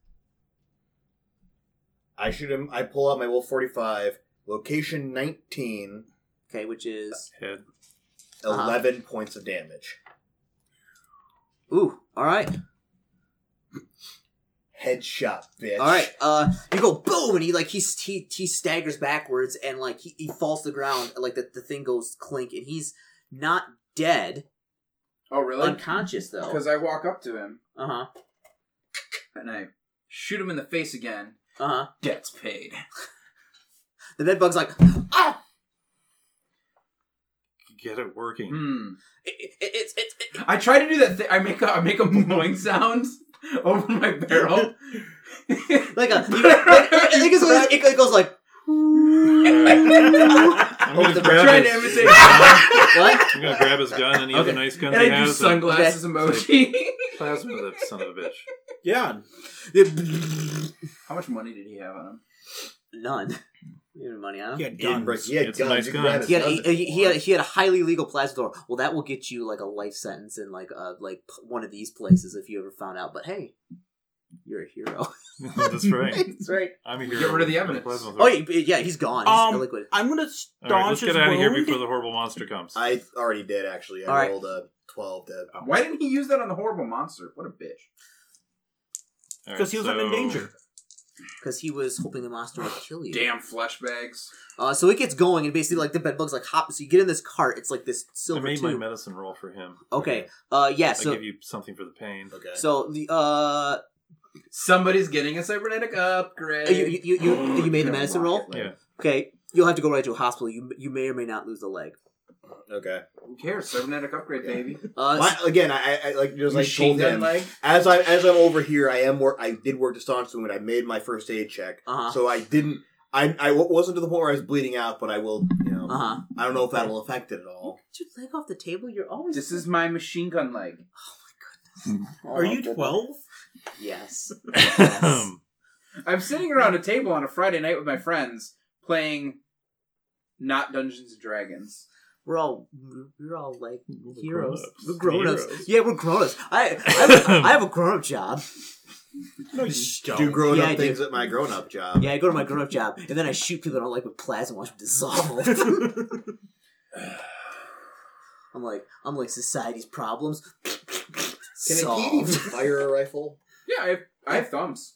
I shoot him. I pull out my Wolf 45, location 19, Okay, which is Head. Uh-huh. 11 points of damage. ooh. All right, Headshot, bitch. all right. Uh, you go boom, and he like he's he he staggers backwards, and like he, he falls to the ground. Like the the thing goes clink, and he's not dead, Oh, really? unconscious though. Because I walk up to him Uh huh. and I shoot him in the face again. Uh huh. Debt's paid. The bed bug's like, ah! Get it working. Hmm. It, it, it's it's it, I try to do that. Th- I make a I make a blowing sound *laughs* over my barrel. *laughs* like a. you- Like, like, it, goes, it, it goes like I'm I'm gonna grab trying to his- *laughs* imitate. what? I'm gonna grab his gun, any other Okay. nice and guns he I do has. and sunglasses emoji. plasma that son of a bitch. *laughs* Yeah. How much money did he have on him? *laughs* None. You have money on him. He Yeah, had done. guns. He had It's a guns. nice You can grab gun. He had, his a, guns if he, you he had want. he had a highly legal plasma door. Well, that will get you like a life sentence in like uh like p- one of these places if you ever found out. But hey, you're a hero. *laughs* That's right. That's right. I'm a Get hero. rid of the with evidence. plasma Oh thrower. yeah, yeah, he's gone. He's Um, liquid. I'm gonna All staunch right, let's his get out of here wound. before the horrible monster comes. I already did, actually. I All right. rolled a 12 to. Why didn't he use that on the horrible monster? What a bitch! All right, Because he was up in so- danger. Because he was hoping the monster would kill you. Damn flesh bags. Uh, so it gets going, and basically like the bed bugs like hop. So you get in this cart. It's like this I silver made my tube. medicine roll for him. Okay. Uh, yeah. I So give you something for the pain. *clears throat* Okay. so the uh Somebody's getting a cybernetic upgrade. Oh, Uh, you- you- you- you- you made the medicine roll? Yeah. okay, you'll have to go right to a hospital. You you may or may not lose a leg. Okay. Who cares? Cybernetic upgrade, baby. Uh, My, again, I, I like just like Machine told gun him leg. as I as I'm over here, I am work. I did work to staunch wound. I made my first aid check, Uh-huh. so I didn't. I I w- wasn't to the point where I was bleeding out, but I will. You know, Uh huh. I don't know if that'll affect it at all. Get your leg off the table. You're always Oh, This is my machine gun leg. Are you 12? Yes. yes. Ahem. I'm sitting around a table on a Friday night with my friends playing not Dungeons and Dragons. We're all we're all like We're heroes. grown-ups. We're grown ups. Heroes. Yeah, we're grown ups. I I have, I have a grown up job. No, you Do grown Yeah, I up do. things at my grown up job. Yeah, I go to my grown up job and then I shoot people I don't like with plasma and watch them dissolve. I'm like I'm like society's problems. Can a kid solved. even fire a rifle? Yeah, I have, I have thumbs.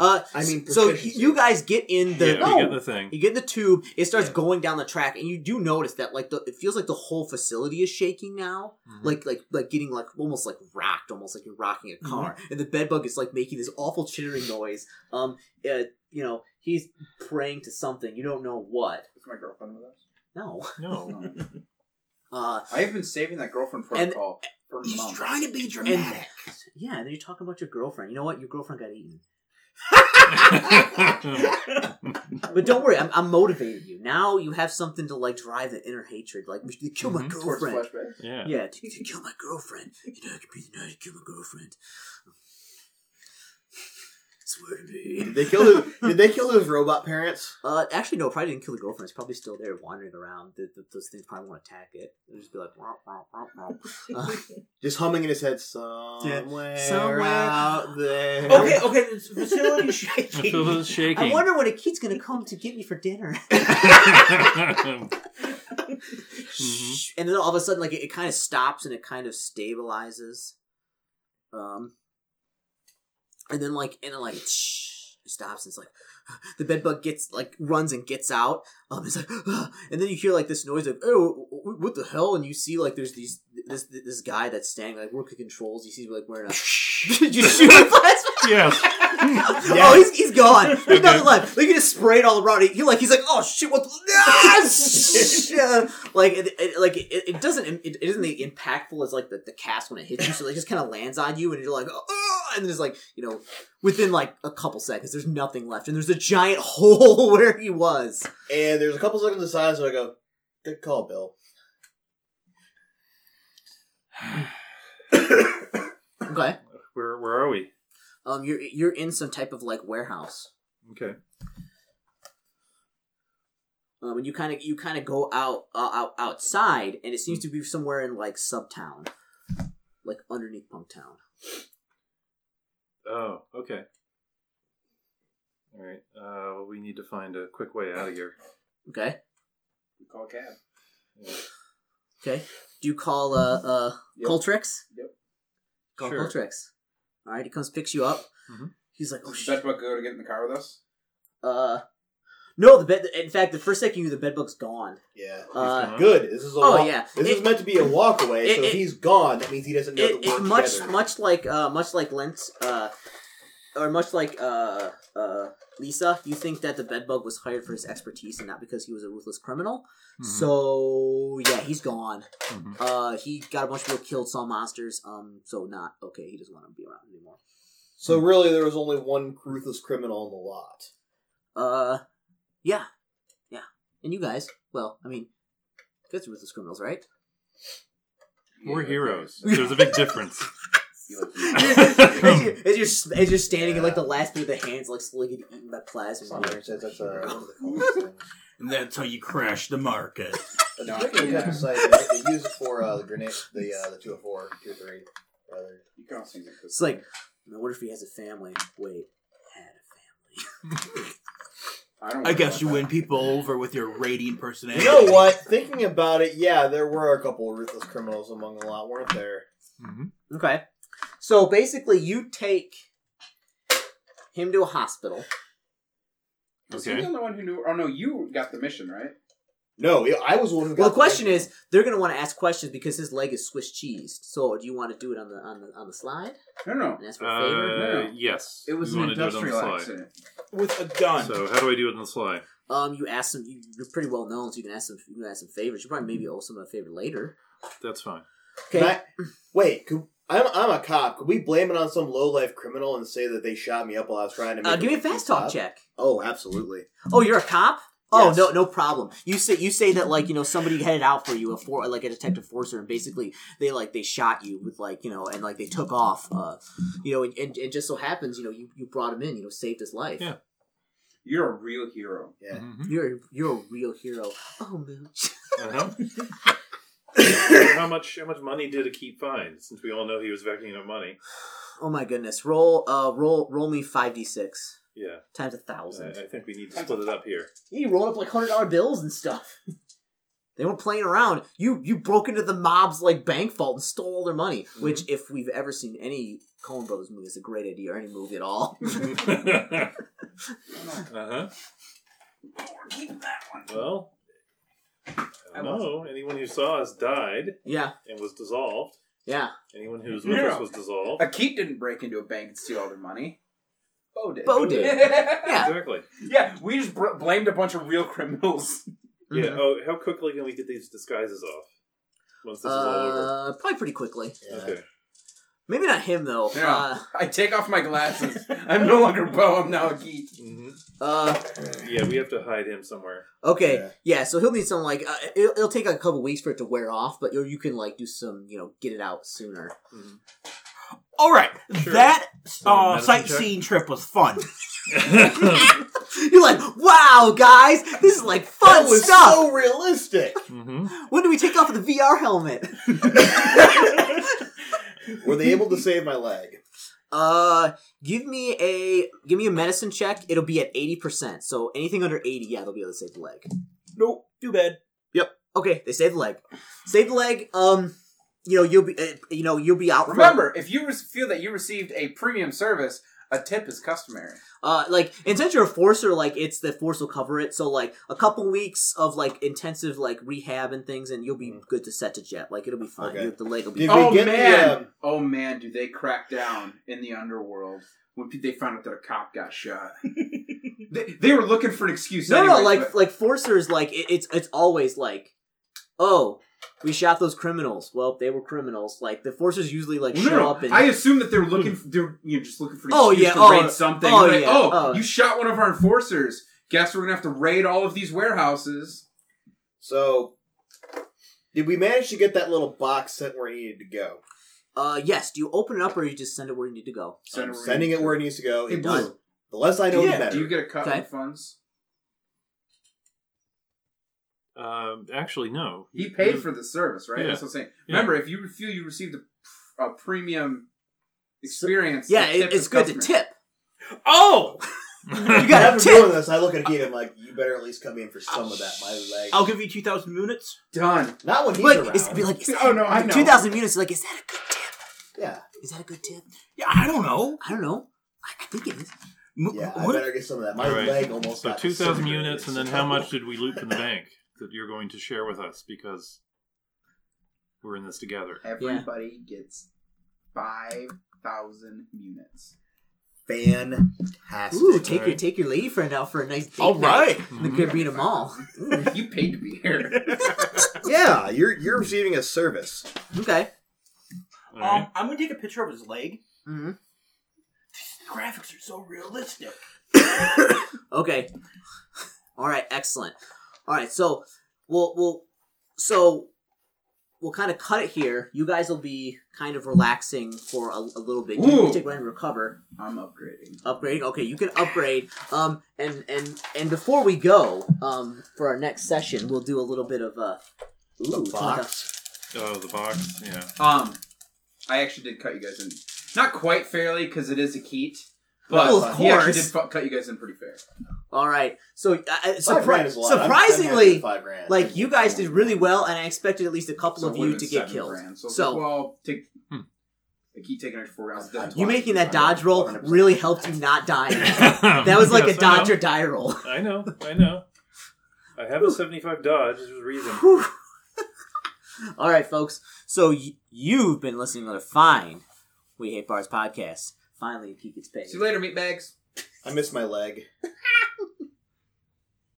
Uh, I mean, so proficiency. you guys get in the yeah, No! we get the thing. You get in the tube, it starts Yeah. going down the track, and you do notice that like the it feels like the whole facility is shaking now, Mhm. like like like getting like almost like rocked, almost like you're rocking a car, and the bedbug is like making this awful chittering noise. Um, uh, you know he's praying to something you don't know what. Is my girlfriend with us? Oh, No, *laughs* No. *laughs* No. uh, I have been saving that girlfriend for And- a call for He's months. trying to be dramatic. yeah. And then you're talking about your girlfriend. You know what? Your girlfriend got eaten, but don't worry, I'm, I'm motivating you. Now you have something to like drive the inner hatred. Like you kill my Mhm. Towards girlfriend. flashback. yeah. Yeah, to, to kill my girlfriend. You know, I could be the night to kill my girlfriend. Swear to *laughs* Did me. they kill his, Did they kill his robot parents? Uh, actually, no, probably didn't kill the girlfriend. It's probably still there wandering around. Th th those things probably won't attack it. It'll just be like, womp, womp, womp, womp. Uh, Just humming in his head somewhere, Somewhere. *laughs* out there. Okay, okay, *laughs* this facility I feel *laughs* shaking. those shaking. I wonder *laughs* when a kid's gonna come to get me for dinner. *laughs* Mhm. And then all of a sudden, like, it, it kind of stops and it kind of stabilizes. Um, and then, like, and then, like, it stops and it's like, *sighs* the bedbug gets, like, runs and gets out. Um, it's like, *sighs* and then you hear, like, this noise of, oh, what the hell? And you see, like, there's these, this, this guy that's standing, like, working controls. You see, like, wearing a, *laughs* you shoot him last *laughs* yes. *laughs* Oh, he's, he's gone. There's nothing Okay. left. Like he just sprayed all around. He, he like he's like, oh shit, what? The, *laughs* Ah, shit. Like it, it, like it, it doesn't it, it isn't the impactful as like the, the cast when it hits you. So it just kind of lands on you, and you're like, oh, and there's like you know, within like a couple seconds, there's nothing left, and there's a giant *laughs* hole where he was. And there's a couple seconds of silence, so I go, "Good call, Bill." Okay. Where where are we? Um, you're you're in some type of like warehouse. Okay. um, and you kind of you kind of go out, uh, out outside, and it seems to be somewhere in like Subtown, like underneath Punktown. Oh, okay. All right. Uh, well, we need to find a quick way out of here. Okay, We call a cab. Yeah. okay. Do you call uh uh Yep. Coltrix? Yep. Call Sure. Coltrix. All right, he comes picks you up. Mm-hmm. Mhm. He's like, oh Does shit. Bedbug go to get in the car with us? Uh, no, the bed. In fact, the first second you, the bedbug's gone. Yeah. Uh, Huh? Good. This is a oh walk- yeah, This is It- meant to be a walkaway, it- so it- if he's gone, that means he doesn't know it, that we're it much together. much like uh much like Lent uh or much like uh uh Lisa, you think that the bedbug was hired for his expertise and not because he was a ruthless criminal. Mm-hmm. So yeah, he's gone. Mhm. Uh he got a bunch of people killed, saw monsters, um so not okay, he doesn't want to be around anymore. So really, there was only one ruthless criminal in the lot. Uh yeah. Yeah. And you guys, well, I mean that's ruthless criminals, right? mm-hmm. We're Yeah, heroes. like- There's a big difference. You like- as, you, as you're s- as you're standing in like the last bit of the hands like slowly getting eaten by plasma. That's, that's uh, a, one of the coolest *laughs* things. And that's how you crash the market. That's No, a particularly yeah. good site. They, they use it for uh, the grenade, the uh, the two hundred four, two hundred three. Rather. You can all sing it. It's like, I wonder if he has a family. Wait, had a family. I, don't I guess you want win people over with your radiant personality. You know what? Thinking about it, yeah, there were a couple of ruthless criminals among the lot, weren't there? Mhm. Okay. So basically, you take him to a hospital. that. Was he the Okay. only one who knew? Oh no, you got the mission right. No, yeah, I was the one who. Well, got the question is, they're going to want to ask questions because his leg is Swiss cheese. So do you want to do it on the on the on the slide No, no, and ask for a favor? Uh, No. yes. it was We an wanna do it on the industrial sly. accident. With a gun. So how do I do it on the sly? Um, you ask some. You, you're pretty well known, so you can ask some. You can ask some favors. You probably maybe owe someone a favor later. That's fine. Okay. Can I- wait, could, I'm I'm a cop. Could we blame it on some low life criminal and say that they shot me up while I was trying to? Make uh, give me a rookie fast talk stop? check. Oh, absolutely. Oh, you're a cop. Oh Yes. no, no problem. You say you say that like you know somebody headed out for you a for like a detective forcer and basically they like they shot you with like you know and like they took off uh you know and, and, and just so happens you know you, you brought him in you know saved his life Yeah. You're a real hero. Yeah. Mhm. you're you're a real hero oh mooch Uh-huh. how much? How much money did Akeem find? Since we all know he was vacuuming up money. *laughs* oh my goodness roll uh roll roll me five d six Yeah. times a I, thousand I think we need to split it up here. *laughs* yeah, you rolled up like hundred dollar bills and stuff they weren't playing around you you broke into the mob's like bank vault and stole all their money which if we've ever seen any Coen Brothers movie is a great idea or any movie at all. *laughs* uh huh. Keep that one. Well, I don't know. Anyone who saw us died Yeah, and was dissolved. yeah. Anyone who was with Yeah. us was dissolved. Akeem didn't break into a bank and steal all their money. Bo did. Bo did. Yeah. Exactly. *laughs* yeah, we just br- blamed a bunch of real criminals. Mm-hmm. Yeah. Oh, how quickly can we get these disguises off once this is all over? Uh, probably pretty quickly. Yeah. Okay. Maybe not him though. Yeah. I take off my glasses. I'm no longer Bo. I'm now Akeem. hmm Uh, Yeah, we have to hide him somewhere. uh, okay. Yeah. Yeah. So he'll need some like uh, it'll, it'll take like, a couple weeks for it to wear off, but you you can like do some you know get it out sooner. *laughs* All right, Sure. that uh, medicine check? sightseeing trip *laughs* was fun. Mm-hmm. You're like, wow, guys, this is like fun that was stuff. so realistic. hmm When do we take off the VR helmet? Were they able to save my leg? Uh, give me a give me a medicine check. It'll be at eighty percent. So anything under eighty, yeah, they'll be able to save the leg. Nope, too bad. Okay, they save the leg. Save the leg. Um, you know you'll be uh, you know you'll be out. for- Remember, if you re- feel that you received a premium service, a tip is customary. uh, like and since you're a forcer, like it's the force will cover it. So like a couple weeks of like intensive like rehab and things, and you'll be good to set to jet. Like it'll be fine. Okay. You- the leg will be. Did fine. Oh, we get man. the? Um, Oh man, do they crack down in the underworld when pe- they found out that a cop *laughs* got shot? they, they were looking for an excuse. no, no, anyways, like but- like forcers, like it, it's it's always like, oh, we shot those criminals. Well, they were criminals. Like the forcers usually like Well, show no, no, up and I assume that they're looking. For, they're you know, just looking for an Oh, excuse yeah, to oh, raid something. oh, Like, yeah, oh, oh. you shot one of our enforcers. Guess we're gonna have to raid all of these warehouses. So, did we manage to get that little box sent where it needed to go? uh yes, do you open it up or you just send it where you need to go? Send I'm a raid. sending it where it needs to go. Hey, It Blue. does. The less I know, the Yeah. better. Do you get a cut in Okay. funds? *laughs* Um, *laughs* actually, no. He paid for the service, right? That's what I'm saying. Yeah. Remember, if you feel you received a, a premium experience, Yeah, tip it, it's the good customer. to tip. Oh, you the. got a After doing tip. this, I look at Gabe. I'm like, you better at least come in for some of that. My leg. I'll give you two thousand minutes. Done. Not when he's But around. it's be like, is that, *laughs* Oh, no, I know. two Two thousand. thousand units. Like, is that a good tip? yeah, Is that a good tip? Yeah, I don't know. I don't know. I, I think it is. M- yeah. I what- better get some of that. My All right. leg almost. so got two thousand disintegrated. units, and It's then a how much couple. did we loot from the bank that you're going to share with us because we're in this together? Everybody gets five thousand *laughs* units. Fantastic. Ooh, take All your right. take your lady friend out for a nice date. All right. night in Mm-hmm. the Caribbean Mall. you paid to be here. *laughs* Yeah, you're you're receiving a service. Okay. All right. Um, I'm gonna take a picture of his leg. hmm The graphics are so realistic. Okay. *laughs* All right. Excellent. All right. So we'll we'll so we'll kind of cut it here. You guys will be kind of relaxing for a, a little bit. You Ooh. can take one and recover. I'm upgrading. upgrading okay you can upgrade um and and and before we go um for our next session we'll do a little bit of uh ooh, it's like a- Oh, the box. Yeah. Um, I actually did cut you guys in, not quite fairly because it is a keat, but Well, of he actually course. did fu- cut you guys in pretty fair. all right so uh, uh, Five grand surpri- is a lot. I'm- I'm happy with surprisingly five grand. like you guys did really well and i expected at least a couple So of it would've you been to get seven killed grand. So, So- well, take Hmm. a keat taking extra four rounds. I'm- you I'm- making that I'm dodge roll 100%. really helped you not *laughs* die that was like a Yes, I dodge or know. die roll *laughs* I know. I know. I have a seventy-five dodge. There's a reason. Whew. all right folks so y- you've been listening to the fine we hate bars podcast finally he gets paid See you later, meatbags. I missed my leg.